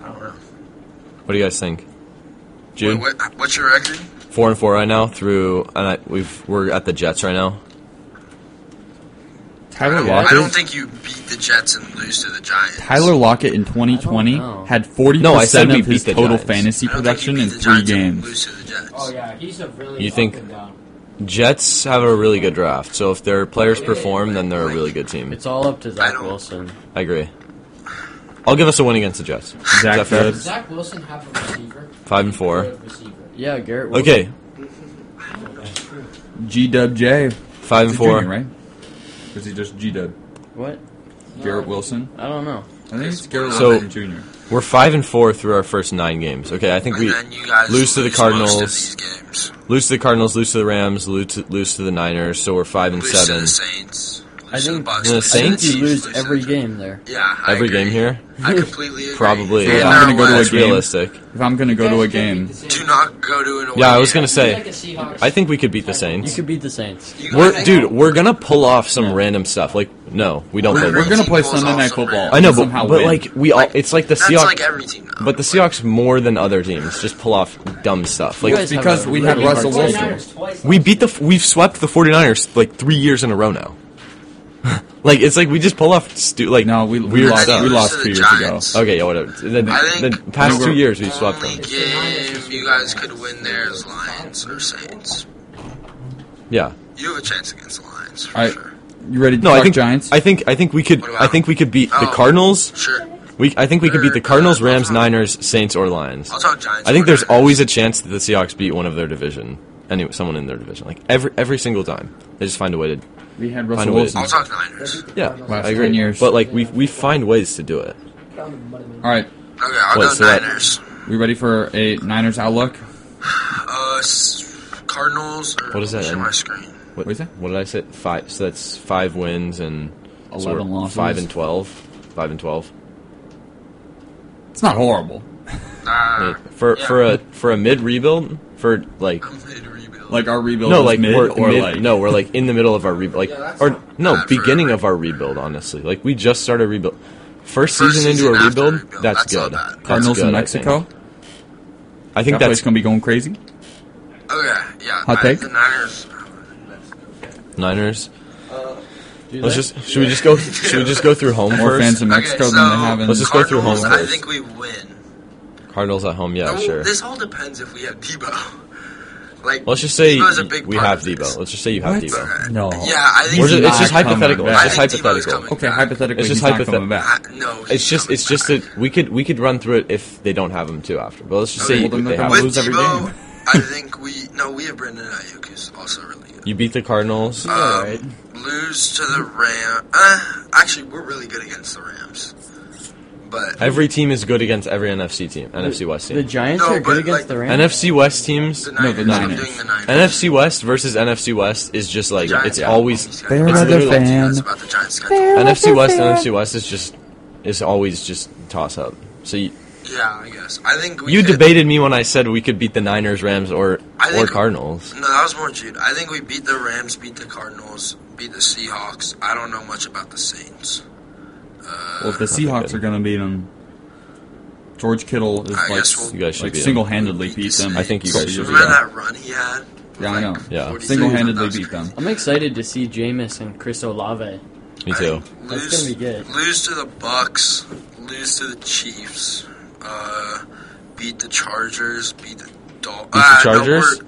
Speaker 2: I don't know.
Speaker 5: What do you guys think?
Speaker 2: Wait,
Speaker 5: Jude,
Speaker 2: what, what's your record?
Speaker 5: four and four right now. Through and I, we've we're at the Jets right now.
Speaker 1: Tyler
Speaker 2: I don't
Speaker 1: Lockett.
Speaker 2: think you beat the Jets and lose to the Giants.
Speaker 1: Tyler Lockett in 2020
Speaker 4: I don't know.
Speaker 1: had 40
Speaker 5: No, I said
Speaker 1: percent
Speaker 5: we
Speaker 1: of his
Speaker 5: beat the
Speaker 1: total
Speaker 5: Giants.
Speaker 1: fantasy
Speaker 2: I don't think you
Speaker 1: production
Speaker 2: beat
Speaker 1: in
Speaker 2: the
Speaker 1: three
Speaker 2: Giants and
Speaker 1: games.
Speaker 2: Lose to the Jets.
Speaker 8: Oh yeah, he's a really.
Speaker 5: You
Speaker 8: up
Speaker 5: think-
Speaker 8: and down.
Speaker 5: Jets have a really good draft. So if their players perform, then they're a really good team.
Speaker 4: It's all up to
Speaker 2: I
Speaker 4: Zach
Speaker 2: don't-
Speaker 4: Wilson.
Speaker 5: I agree. I'll give us a win against the Jets. Is
Speaker 1: Zach
Speaker 5: that fair?
Speaker 8: Does Zach Wilson have a receiver?
Speaker 5: Five and four.
Speaker 8: Good receiver.
Speaker 4: Yeah, Garrett. Wilson.
Speaker 5: Okay,
Speaker 1: G Dub J.
Speaker 5: five and
Speaker 1: He's a
Speaker 5: four.
Speaker 1: junior, right? Or is he just G Dub?
Speaker 4: What?
Speaker 1: Garrett Wilson.
Speaker 4: I don't know.
Speaker 1: I think it's Garrett
Speaker 5: So-
Speaker 1: Wilson Jr.
Speaker 5: We're five and four through our first nine games. Okay, I think
Speaker 2: And
Speaker 5: we
Speaker 2: then you guys
Speaker 5: lose to the
Speaker 2: most
Speaker 5: Cardinals.
Speaker 2: of these games.
Speaker 5: lose to the Cardinals, lose to the Rams, lose to, lose to the Niners. So we're five and
Speaker 2: Lose to
Speaker 5: seven.
Speaker 2: the Saints. Lose
Speaker 4: I
Speaker 2: to the
Speaker 4: think
Speaker 2: Bucks.
Speaker 5: the
Speaker 2: lose to
Speaker 5: Saints?
Speaker 2: the
Speaker 4: You
Speaker 2: Chiefs,
Speaker 4: lose
Speaker 2: to
Speaker 4: every
Speaker 2: the-
Speaker 4: game there.
Speaker 2: Yeah, I
Speaker 5: Every
Speaker 2: agree.
Speaker 5: game here,
Speaker 2: I completely agree.
Speaker 5: probably.
Speaker 2: If
Speaker 1: Yeah,
Speaker 5: Yeah,
Speaker 2: you're
Speaker 1: I'm gonna
Speaker 2: in
Speaker 1: go to
Speaker 2: our
Speaker 1: a
Speaker 2: West,
Speaker 5: that's
Speaker 1: game.
Speaker 5: realistic.
Speaker 1: If I'm gonna go to a
Speaker 8: You guys can't
Speaker 1: game,
Speaker 8: beat the
Speaker 2: Do
Speaker 8: Saints.
Speaker 2: not go to an. away
Speaker 5: Yeah, I was
Speaker 2: game.
Speaker 5: gonna
Speaker 8: He's
Speaker 5: say.
Speaker 8: like a Seahawks.
Speaker 5: I think we could beat the Saints.
Speaker 4: You could beat the Saints.
Speaker 2: You
Speaker 5: We're,
Speaker 2: guys-
Speaker 5: dude, we're gonna pull off some
Speaker 1: Yeah.
Speaker 5: random stuff. Like, no, we don't
Speaker 1: We're-
Speaker 5: play.
Speaker 1: we're
Speaker 5: them.
Speaker 1: gonna play
Speaker 2: Eagles
Speaker 1: Sunday
Speaker 2: also
Speaker 1: Night Football.
Speaker 2: ran.
Speaker 5: I know, but,
Speaker 1: somehow
Speaker 5: but
Speaker 1: win.
Speaker 5: like we all, it's like the
Speaker 2: That's
Speaker 5: Seahawks.
Speaker 2: like every team now.
Speaker 5: but the Seahawks more than other teams just pull off dumb stuff.
Speaker 4: You
Speaker 5: Like
Speaker 4: guys have
Speaker 1: because
Speaker 4: a
Speaker 1: we
Speaker 4: really
Speaker 1: had
Speaker 4: hard
Speaker 1: Russell
Speaker 4: schedule.
Speaker 1: Wilson.
Speaker 8: twice.
Speaker 5: we beat the f- we've swept the 49ers like 3 years in a row now. like it's like we just pull off stu- like
Speaker 1: No, we, we
Speaker 5: weird
Speaker 1: lost.
Speaker 5: stuff.
Speaker 1: We lost
Speaker 2: To the
Speaker 1: two years ago.
Speaker 2: Giants.
Speaker 5: Okay, yeah, whatever. The,
Speaker 2: I think
Speaker 5: the past
Speaker 1: we
Speaker 5: two
Speaker 1: were-
Speaker 5: years we've swept
Speaker 2: only
Speaker 5: them.
Speaker 2: game you guys could win there is Lions or Saints.
Speaker 5: Yeah.
Speaker 2: You have a chance against the Lions for
Speaker 1: All right.
Speaker 2: sure.
Speaker 1: You ready to
Speaker 5: No, I
Speaker 1: talk
Speaker 5: think
Speaker 1: Giants?
Speaker 5: I think I think we could
Speaker 2: What about-
Speaker 5: I think we could beat the
Speaker 2: Oh.
Speaker 5: Cardinals,
Speaker 2: Sure.
Speaker 5: We I think we could beat the
Speaker 2: Or,
Speaker 5: Cardinals,
Speaker 2: uh,
Speaker 5: Rams,
Speaker 2: I'll-
Speaker 5: Niners, Saints, or Lions.
Speaker 2: I'll talk Giants.
Speaker 5: I think
Speaker 2: for
Speaker 5: there's
Speaker 2: now.
Speaker 5: always a chance that the Seahawks beat one of their division, anyway, someone in their division. Like every every single time, they just find a way to.
Speaker 1: We had
Speaker 5: Find
Speaker 1: Russell
Speaker 5: a way.
Speaker 1: Wilson.
Speaker 2: I'll talk Niners.
Speaker 7: They beat the
Speaker 5: Yeah,
Speaker 7: Cardinals.
Speaker 1: Last
Speaker 5: I agree.
Speaker 1: 10 years.
Speaker 5: But like we we find ways to do it.
Speaker 7: Down the mud and-
Speaker 1: All right,
Speaker 2: Okay, I'll
Speaker 5: Wait,
Speaker 2: go
Speaker 5: so that-
Speaker 2: Niners.
Speaker 1: we ready for a Niners outlook?
Speaker 2: Uh, s- Cardinals. Or
Speaker 5: What is that
Speaker 2: share
Speaker 5: end?
Speaker 2: My screen.
Speaker 5: What,
Speaker 1: What'd you say?
Speaker 5: What did I say? Five. So that's five wins and so
Speaker 1: 11
Speaker 5: we're
Speaker 1: losses.
Speaker 5: Five and twelve. Five and twelve.
Speaker 1: It's not horrible.
Speaker 2: Uh,
Speaker 5: Like, for
Speaker 2: yeah.
Speaker 5: for a for a mid rebuild for like
Speaker 2: I'm mid rebuild.
Speaker 1: Like our rebuild
Speaker 5: no
Speaker 1: was
Speaker 5: like
Speaker 1: mid
Speaker 5: we're
Speaker 1: or
Speaker 5: mid-
Speaker 1: like
Speaker 5: no we're like in the middle of our rebuild like
Speaker 7: Yeah, that's
Speaker 5: or
Speaker 7: not
Speaker 5: no
Speaker 2: bad for a
Speaker 5: beginning of our rebuild honestly like we just started rebuild first,
Speaker 2: First
Speaker 5: season,
Speaker 2: season
Speaker 5: into a
Speaker 2: after
Speaker 5: rebuild,
Speaker 2: rebuild,
Speaker 5: that's,
Speaker 2: that's not
Speaker 5: good
Speaker 2: bad.
Speaker 5: That's
Speaker 1: Cardinals
Speaker 5: good,
Speaker 1: in
Speaker 5: I
Speaker 1: Mexico.
Speaker 5: think. I
Speaker 1: that
Speaker 5: think,
Speaker 1: place
Speaker 5: that's
Speaker 1: gonna be going crazy.
Speaker 2: okay, yeah.
Speaker 1: Hot
Speaker 2: I-
Speaker 1: take?
Speaker 2: The Niners.
Speaker 5: Niners
Speaker 2: Uh,
Speaker 5: let's just should we just go should we just go through home
Speaker 1: More fans
Speaker 5: first
Speaker 1: in Mexico
Speaker 2: okay, so
Speaker 1: than they have in.
Speaker 5: Let's just go through home
Speaker 2: Cardinals, I
Speaker 5: first.
Speaker 2: think we win.
Speaker 5: Cardinals at home yeah
Speaker 2: Well,
Speaker 5: sure
Speaker 2: This all depends if we have Debo. Like,
Speaker 5: let's just say
Speaker 2: Debo's a big
Speaker 5: we
Speaker 2: part
Speaker 5: have
Speaker 2: of this.
Speaker 5: Debo let's just say you have
Speaker 1: What?
Speaker 5: Debo
Speaker 2: Okay.
Speaker 1: No.
Speaker 2: Yeah, I think
Speaker 5: Or just-
Speaker 1: not
Speaker 5: it's just
Speaker 1: coming
Speaker 5: hypothetical
Speaker 1: back.
Speaker 5: it's just
Speaker 2: I think Debo's
Speaker 5: hypothetical
Speaker 2: coming
Speaker 1: okay,
Speaker 2: back.
Speaker 1: hypothetically,
Speaker 5: It's just
Speaker 1: he's not
Speaker 5: hypothet-
Speaker 1: coming back.
Speaker 2: Uh, no, he's
Speaker 5: it's just
Speaker 2: coming
Speaker 5: it's just
Speaker 2: back.
Speaker 5: that we could we could run through it if they don't have him too after but let's just say
Speaker 1: Okay, well, then
Speaker 5: they
Speaker 1: they're
Speaker 5: have
Speaker 1: gonna
Speaker 5: him.
Speaker 1: lose every
Speaker 2: Debo,
Speaker 1: game.
Speaker 2: I think we no, we have Brendan Ayuk, who's also really good.
Speaker 5: you beat the Cardinals
Speaker 2: Um, Lose to the Rams. Uh, actually, we're really good against the Rams, but
Speaker 5: Every team is good against every NFC team, NFC West
Speaker 4: The
Speaker 5: team.
Speaker 4: Giants
Speaker 2: No,
Speaker 4: are
Speaker 2: but,
Speaker 4: good against
Speaker 2: like,
Speaker 4: the Rams.
Speaker 5: NFC West teams,
Speaker 2: the Niners.
Speaker 1: the
Speaker 2: I'm
Speaker 1: Niners.
Speaker 2: doing the Niners.
Speaker 5: NFC West versus NFC West is just like
Speaker 2: Giants
Speaker 5: it's
Speaker 2: are
Speaker 5: always
Speaker 2: the only
Speaker 5: it's
Speaker 2: guys.
Speaker 1: another
Speaker 5: literally-
Speaker 1: fan.
Speaker 2: That's about the Giants schedule.
Speaker 5: NFC West and NFC West is just is always just toss up. So you,
Speaker 2: Yeah, I guess. I think we
Speaker 5: you
Speaker 2: could-
Speaker 5: debated me when I said we could beat the Niners, Rams, or
Speaker 2: I
Speaker 5: or
Speaker 2: think-
Speaker 5: Cardinals.
Speaker 2: No, that was more Jude. I think we beat the Rams, beat the Cardinals, beat the Seahawks. I don't know much about the Saints.
Speaker 1: Well, if the Seahawks are gonna beat them, George Kittle is
Speaker 2: I guess
Speaker 1: like
Speaker 2: we'll-
Speaker 5: You guys should
Speaker 1: like
Speaker 5: beat 'em.
Speaker 1: single-handedly
Speaker 2: Beat
Speaker 1: beat
Speaker 2: the
Speaker 1: them.
Speaker 5: I think you guys should
Speaker 2: Remember
Speaker 5: be
Speaker 2: that run he had?
Speaker 1: Yeah, I know.
Speaker 5: Yeah.
Speaker 2: 43? That
Speaker 1: Single-handedly
Speaker 2: was
Speaker 1: beat
Speaker 2: crazy.
Speaker 1: them.
Speaker 4: I'm excited to see Jameis and Chris Olave.
Speaker 5: Me too.
Speaker 4: That's
Speaker 2: Lose,
Speaker 4: gonna be good.
Speaker 2: Lose to the Bucks. Lose to the Chiefs. Uh, beat the Chargers. Beat the Dolphins.
Speaker 5: the Chargers?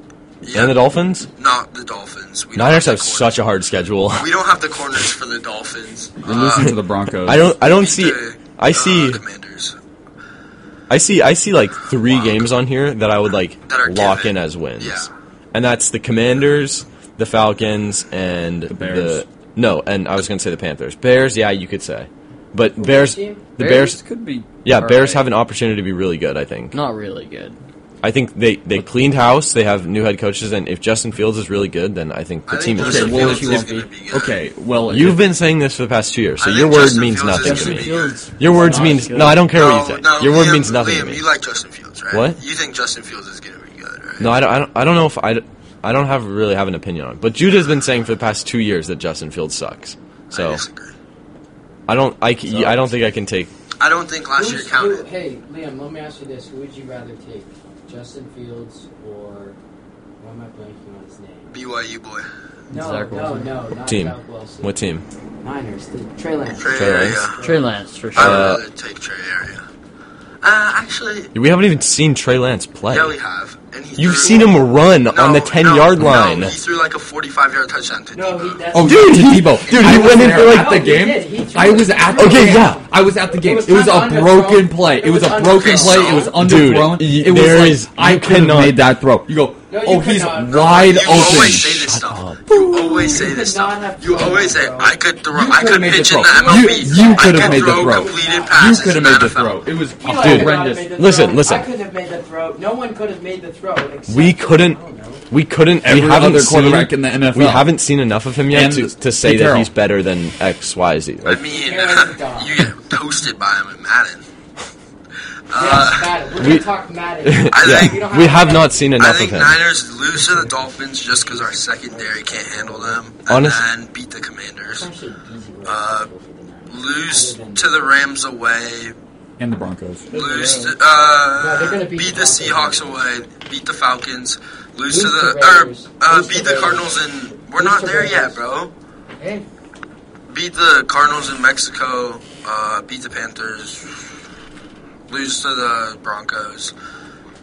Speaker 2: yeah,
Speaker 5: And the Dolphins.
Speaker 2: Not the Dolphins. We don't
Speaker 5: Niners have
Speaker 2: the corners.
Speaker 5: such a hard schedule.
Speaker 2: We don't have the corners for the Dolphins.
Speaker 1: We're losing to the Broncos.
Speaker 5: I don't I don't
Speaker 2: beat
Speaker 5: see
Speaker 2: the,
Speaker 5: I see
Speaker 2: uh, Commanders.
Speaker 5: I see. I see like three games on here that I would like
Speaker 2: That are
Speaker 5: lock
Speaker 2: given.
Speaker 5: in as wins,
Speaker 2: Yeah.
Speaker 5: and that's the Commanders, the Falcons, and the,
Speaker 1: Bears.
Speaker 5: no, and I was gonna say the Panthers. Bears, yeah, you could say, but Bears, the
Speaker 9: team?
Speaker 5: Bears,
Speaker 4: could be.
Speaker 5: yeah,
Speaker 4: all
Speaker 5: Bears
Speaker 4: right.
Speaker 5: have an opportunity to be really good. I think.
Speaker 4: Not really good.
Speaker 5: I think they they cleaned house. They have new head coaches, and if Justin Fields is really good, then I think the
Speaker 2: I
Speaker 5: team
Speaker 2: think
Speaker 5: is.
Speaker 1: Okay,
Speaker 2: Justin
Speaker 1: well,
Speaker 2: Fields
Speaker 1: if you
Speaker 2: is
Speaker 1: won't
Speaker 2: going
Speaker 1: be
Speaker 2: to be good.
Speaker 1: okay. Well,
Speaker 5: You've been saying this for the past two years, so
Speaker 2: I
Speaker 5: your
Speaker 2: think
Speaker 5: word
Speaker 2: Justin
Speaker 5: means
Speaker 2: Fields is
Speaker 5: nothing to
Speaker 2: gonna
Speaker 5: me.
Speaker 2: be-
Speaker 4: Fields.
Speaker 5: Your words
Speaker 4: not
Speaker 5: mean
Speaker 4: good.
Speaker 5: no. I don't care
Speaker 2: No,
Speaker 5: what you say.
Speaker 2: no,
Speaker 5: your word
Speaker 2: Liam-
Speaker 5: means nothing
Speaker 2: Liam,
Speaker 5: to me.
Speaker 2: you like Justin Fields, right?
Speaker 5: What?
Speaker 2: You think Justin Fields is going to be good, right?
Speaker 5: No, I don't, I don't. I don't know if I. I don't have really have an opinion on. it. But Judah's been saying for the past two years that Justin Fields sucks.
Speaker 2: I
Speaker 5: So
Speaker 2: disagree.
Speaker 5: I don't. I, c- I don't think I can take.
Speaker 2: I don't think last year
Speaker 8: Who's-
Speaker 2: counted.
Speaker 8: who- hey, Liam, let me ask you this: Who would you rather take, Justin Fields or why am I blanking on his name?
Speaker 2: BYU boy.
Speaker 8: No,
Speaker 4: Zach
Speaker 8: no,
Speaker 4: Wilson.
Speaker 8: no, not
Speaker 5: Team.
Speaker 8: Zach Wilson.
Speaker 5: What team?
Speaker 8: Niners, the Trey Lance.
Speaker 2: Trey,
Speaker 5: Trey
Speaker 2: area.
Speaker 5: Lance?
Speaker 4: Trey Lance for sure.
Speaker 2: I would
Speaker 1: Uh,
Speaker 2: rather take Trey area. Uh, actually,
Speaker 5: We haven't even seen Trey Lance play.
Speaker 2: yeah, we have. And he
Speaker 5: You've
Speaker 2: threw-
Speaker 5: seen him run
Speaker 2: No,
Speaker 5: on the ten
Speaker 2: no,
Speaker 5: yard
Speaker 2: no,
Speaker 5: line.
Speaker 2: he threw like a 45 yard touchdown to
Speaker 8: No,
Speaker 2: Debo.
Speaker 8: he, that's
Speaker 1: Oh,
Speaker 8: no,
Speaker 1: dude,
Speaker 5: Dude,
Speaker 1: to
Speaker 5: he-
Speaker 1: Debo.
Speaker 5: dude,
Speaker 1: I
Speaker 5: he
Speaker 1: was
Speaker 5: went in
Speaker 1: there
Speaker 5: for, like,
Speaker 1: at
Speaker 8: he
Speaker 1: the game.
Speaker 8: did. He threw
Speaker 1: I
Speaker 8: it.
Speaker 1: was at the
Speaker 5: Okay,
Speaker 1: game.
Speaker 5: yeah.
Speaker 1: I was at the game.
Speaker 8: was
Speaker 1: It was a
Speaker 8: kinda
Speaker 1: broken
Speaker 8: underthrown.
Speaker 1: play. It
Speaker 8: It
Speaker 1: was
Speaker 8: was
Speaker 1: a broken
Speaker 2: underthrown.
Speaker 1: play. It was
Speaker 5: Dude,
Speaker 1: underthrown.
Speaker 5: y-
Speaker 1: It was
Speaker 5: there
Speaker 1: like,
Speaker 5: is-
Speaker 1: I
Speaker 5: you
Speaker 1: couldn't have
Speaker 5: cannot-
Speaker 1: made that throw. You go,
Speaker 8: No, you
Speaker 1: oh, he's
Speaker 8: cannot.
Speaker 1: wide
Speaker 2: you
Speaker 1: open.
Speaker 2: always say this stuff. You always say this
Speaker 8: You could not
Speaker 2: stuff.
Speaker 8: have
Speaker 2: You
Speaker 8: thrown
Speaker 2: always
Speaker 8: that
Speaker 2: say
Speaker 8: throw.
Speaker 2: I could throw.
Speaker 1: You
Speaker 2: I
Speaker 1: could have
Speaker 2: could
Speaker 1: made the
Speaker 2: pitch
Speaker 1: throw.
Speaker 2: in the MLB.
Speaker 1: You- you
Speaker 2: I
Speaker 1: could have
Speaker 2: could
Speaker 1: made the
Speaker 2: throw
Speaker 1: throw.
Speaker 2: Completed
Speaker 1: You
Speaker 2: passes.
Speaker 1: could have
Speaker 2: in
Speaker 1: made the
Speaker 2: NFL.
Speaker 1: throw. It was
Speaker 8: Eli could not have
Speaker 1: horrendous.
Speaker 8: made the
Speaker 5: Listen,
Speaker 8: throw.
Speaker 5: listen.
Speaker 8: I could have made the throw. No one could have made the throw. Except
Speaker 5: We
Speaker 8: for-
Speaker 5: couldn't.
Speaker 8: I don't know.
Speaker 5: We couldn't.
Speaker 1: Every
Speaker 5: we haven't
Speaker 1: other
Speaker 5: seen,
Speaker 1: quarterback in the NFL.
Speaker 5: We haven't seen enough of him yet
Speaker 1: And
Speaker 5: to, to say that
Speaker 1: Pete
Speaker 5: he's
Speaker 1: Carroll.
Speaker 5: better than X Y Z.
Speaker 2: I
Speaker 5: Like,
Speaker 2: mean,
Speaker 8: Aaron's a dog.
Speaker 2: you get toasted by him in Madden.
Speaker 8: Yeah, Madden. We're
Speaker 5: we-
Speaker 8: gonna talk Madden.
Speaker 2: I think-
Speaker 8: don't
Speaker 5: yeah, we have
Speaker 8: to-
Speaker 5: not seen
Speaker 2: I
Speaker 5: enough of
Speaker 2: think
Speaker 5: him.
Speaker 2: Niners lose to the Dolphins just because our secondary can't handle them, and
Speaker 5: Honest-
Speaker 2: then beat the Commanders.
Speaker 8: Actually, easy way
Speaker 2: Uh,
Speaker 8: to go for the Niners.
Speaker 2: Lose
Speaker 8: Other than-
Speaker 2: to the Rams away.
Speaker 1: And the Broncos.
Speaker 2: Lose to,
Speaker 8: No, they're
Speaker 2: uh,
Speaker 8: gonna
Speaker 2: beat,
Speaker 8: beat
Speaker 2: the
Speaker 8: the
Speaker 2: Seahawks
Speaker 8: Falcons.
Speaker 2: away. Beat the Falcons. Lose,
Speaker 8: Lose
Speaker 2: to
Speaker 8: to
Speaker 2: the
Speaker 8: Raiders.
Speaker 2: or uh,
Speaker 8: Lose to
Speaker 2: beat the
Speaker 8: Raiders.
Speaker 2: Cardinals and we're
Speaker 8: Lose
Speaker 2: not
Speaker 8: to
Speaker 2: there yet,
Speaker 8: Raiders.
Speaker 2: bro.
Speaker 8: Hey,
Speaker 2: Beat the Cardinals in Mexico. Uh, beat the Panthers. Lose to the Broncos.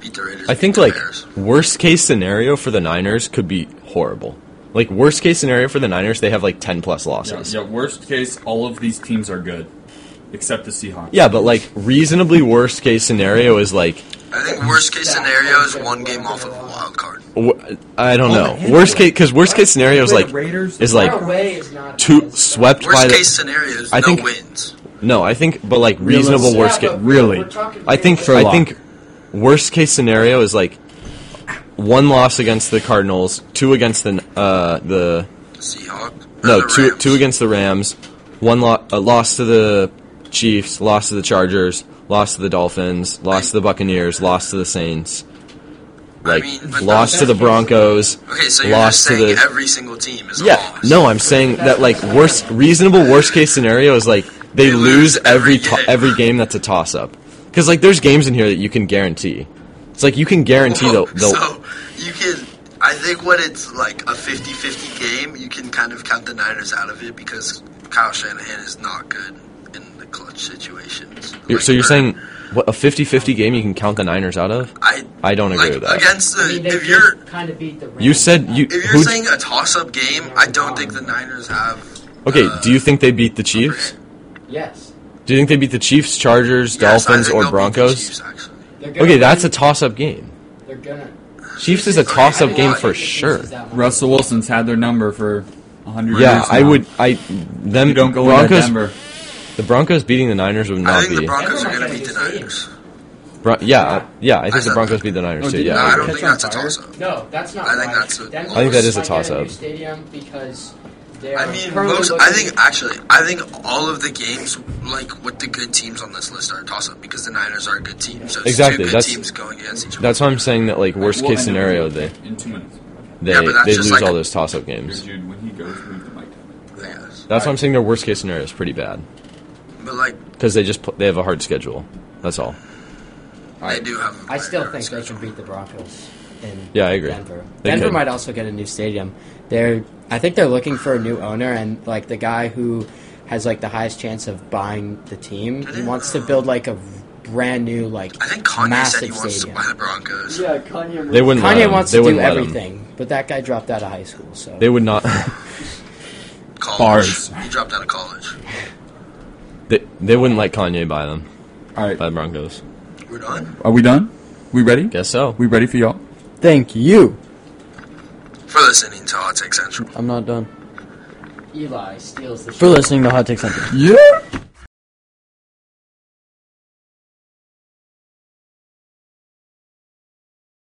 Speaker 2: Beat the Raiders.
Speaker 5: I think
Speaker 2: beat the
Speaker 5: like
Speaker 2: Bears.
Speaker 5: worst case scenario for the Niners could be horrible. Like worst case scenario for the Niners, they have like ten plus
Speaker 1: Yeah,
Speaker 5: losses.
Speaker 1: yeah, worst case, all of these teams are good. except the Seahawks.
Speaker 5: Yeah, but like reasonably worst case scenario is like
Speaker 2: I think worst case scenario is one game off of a wild card.
Speaker 5: wh- I don't
Speaker 1: Oh,
Speaker 5: know.
Speaker 1: man.
Speaker 5: Worst case because worst case scenario is
Speaker 1: Play the
Speaker 5: like
Speaker 1: Raiders,
Speaker 5: is like
Speaker 8: Far away is not
Speaker 5: two
Speaker 8: as-
Speaker 5: swept by
Speaker 2: Worst case
Speaker 5: the
Speaker 2: scenario is
Speaker 5: I
Speaker 2: no
Speaker 5: think-
Speaker 2: wins.
Speaker 5: no. I think but like reasonable
Speaker 1: Realistic.
Speaker 5: worst
Speaker 8: Yeah,
Speaker 5: case.
Speaker 8: but
Speaker 1: really.
Speaker 8: we're talking
Speaker 5: I think
Speaker 1: For
Speaker 5: I
Speaker 1: luck.
Speaker 5: think worst case scenario is like one loss against the Cardinals, two against the uh the
Speaker 2: Seahawks. or
Speaker 5: no
Speaker 2: the
Speaker 5: two
Speaker 2: Rams.
Speaker 5: two against the Rams, one lo- a loss to the Chiefs, loss to the Chargers, loss to the Dolphins, loss to the Buccaneers, loss to the Saints. Like
Speaker 2: mean, but
Speaker 5: loss
Speaker 2: those-
Speaker 5: to the Broncos,
Speaker 2: Okay, so you're
Speaker 5: loss
Speaker 2: just
Speaker 5: to
Speaker 2: saying
Speaker 5: the
Speaker 2: every single team is a
Speaker 5: yeah.
Speaker 2: loss.
Speaker 5: No, I'm saying that like worst reasonable worst case scenario is like
Speaker 2: They
Speaker 5: they, lose
Speaker 2: lose
Speaker 5: every
Speaker 2: every
Speaker 5: to-
Speaker 2: game.
Speaker 5: every game that's a toss up. Because like there's games in here that you can guarantee. It's like you can guarantee the,
Speaker 2: Well,
Speaker 5: the
Speaker 2: So you can. I think when it's like a 50-50 game, you can kind of count the Niners out of it because Kyle Shanahan is not good in the clutch situations.
Speaker 5: you're-
Speaker 2: Like,
Speaker 5: so you're
Speaker 2: or-
Speaker 5: saying what a 50-50 game you can count the Niners out of?
Speaker 2: I
Speaker 5: I don't agree
Speaker 2: like,
Speaker 5: with that.
Speaker 2: Against the
Speaker 8: I mean, they
Speaker 2: if you're
Speaker 8: kind of beat the Rams.
Speaker 5: You said you
Speaker 2: if you're
Speaker 5: who
Speaker 2: saying a toss-up game, I don't think the Niners have.
Speaker 5: Okay,
Speaker 2: uh,
Speaker 5: do you think they beat the Chiefs?
Speaker 8: yes.
Speaker 5: Do you think they beat the Chiefs, Chargers,
Speaker 2: Yes, I
Speaker 5: Dolphins
Speaker 2: think
Speaker 5: or
Speaker 2: they'll beat the
Speaker 5: Broncos?
Speaker 2: Chiefs, actually.
Speaker 8: They're gonna
Speaker 5: Okay, that's a
Speaker 8: win.
Speaker 5: toss up game.
Speaker 8: They're gonna.
Speaker 5: Chiefs is a
Speaker 2: Okay, I
Speaker 5: toss up
Speaker 2: think
Speaker 5: game
Speaker 2: I
Speaker 5: for
Speaker 8: This is
Speaker 5: sure.
Speaker 8: that one.
Speaker 1: Russell Wilson's had their number for hundred.
Speaker 5: Yeah,
Speaker 1: years
Speaker 5: I
Speaker 1: now.
Speaker 5: would I them
Speaker 1: You don't go into
Speaker 5: Broncos
Speaker 1: Denver.
Speaker 5: the Broncos beating the Niners would
Speaker 2: I
Speaker 5: not
Speaker 2: think
Speaker 5: be
Speaker 2: the Broncos are
Speaker 8: Everyone's
Speaker 2: going to
Speaker 8: gonna
Speaker 2: beat the
Speaker 8: do the
Speaker 2: Niners.
Speaker 5: Bro- yeah, yeah. I think the
Speaker 2: said-
Speaker 5: Broncos beat the Niners
Speaker 1: Oh,
Speaker 5: too.
Speaker 1: did
Speaker 5: Yeah,
Speaker 1: you?
Speaker 2: No, I
Speaker 5: I
Speaker 2: don't
Speaker 5: agree.
Speaker 2: think that's a toss-up.
Speaker 8: No, that's not.
Speaker 2: I think
Speaker 8: right.
Speaker 2: that's a-
Speaker 8: Denver
Speaker 2: I think
Speaker 5: that is a
Speaker 8: might get
Speaker 5: toss-up.
Speaker 8: new stadium because they're
Speaker 2: I mean,
Speaker 8: currently
Speaker 2: most. I
Speaker 8: looking-
Speaker 2: think actually, I think all of the games, like with the good teams on this list, are a toss-up because the Niners are a good team. So it's
Speaker 5: Exactly,
Speaker 2: two good
Speaker 5: that's-
Speaker 2: teams going against each other.
Speaker 5: That's why I'm saying that like worst
Speaker 1: Well,
Speaker 5: case
Speaker 1: I know.
Speaker 5: scenario they
Speaker 1: in two minutes.
Speaker 5: they,
Speaker 2: Yeah, but that's
Speaker 5: they lose
Speaker 2: just like-
Speaker 5: all those toss up
Speaker 1: Here's
Speaker 5: games.
Speaker 1: Jude. When he goes, move the mic down.
Speaker 2: I guess.
Speaker 5: That's why I'm saying their worst case scenario is pretty bad
Speaker 2: But like,
Speaker 5: because they just pl- they have a hard schedule. That's all.
Speaker 2: they do have. a
Speaker 8: I still
Speaker 2: better
Speaker 8: think they
Speaker 2: schedule.
Speaker 8: can beat the Broncos. In
Speaker 5: Yeah, I agree.
Speaker 8: Denver,
Speaker 5: They
Speaker 8: Denver
Speaker 5: could.
Speaker 8: might also get a new stadium. They're, I think they're looking for a new owner, and like the guy who has like the highest chance of buying the team, he wants to build like a brand new like
Speaker 2: I think Kanye said he
Speaker 8: massive
Speaker 2: wants to
Speaker 8: stadium.
Speaker 2: buy the Broncos.
Speaker 9: Yeah, Kanye.
Speaker 5: They wouldn't. let
Speaker 8: Kanye
Speaker 5: 'em.
Speaker 8: wants
Speaker 5: They
Speaker 8: to do
Speaker 5: wouldn't let 'em.
Speaker 8: everything, but that guy dropped out of high school, so
Speaker 5: They would not.
Speaker 2: College.
Speaker 1: Bars.
Speaker 2: He dropped out of college.
Speaker 5: they, they wouldn't let Kanye buy them
Speaker 1: All right,
Speaker 5: by the Broncos.
Speaker 2: We're done
Speaker 1: are we done? We ready?
Speaker 5: Guess so.
Speaker 1: We ready for y'all?
Speaker 4: Thank you.
Speaker 2: for listening to Hot Take Central.
Speaker 4: I'm not done.
Speaker 8: Eli steals the
Speaker 4: For listening to Hot Take Central.
Speaker 1: Yeah.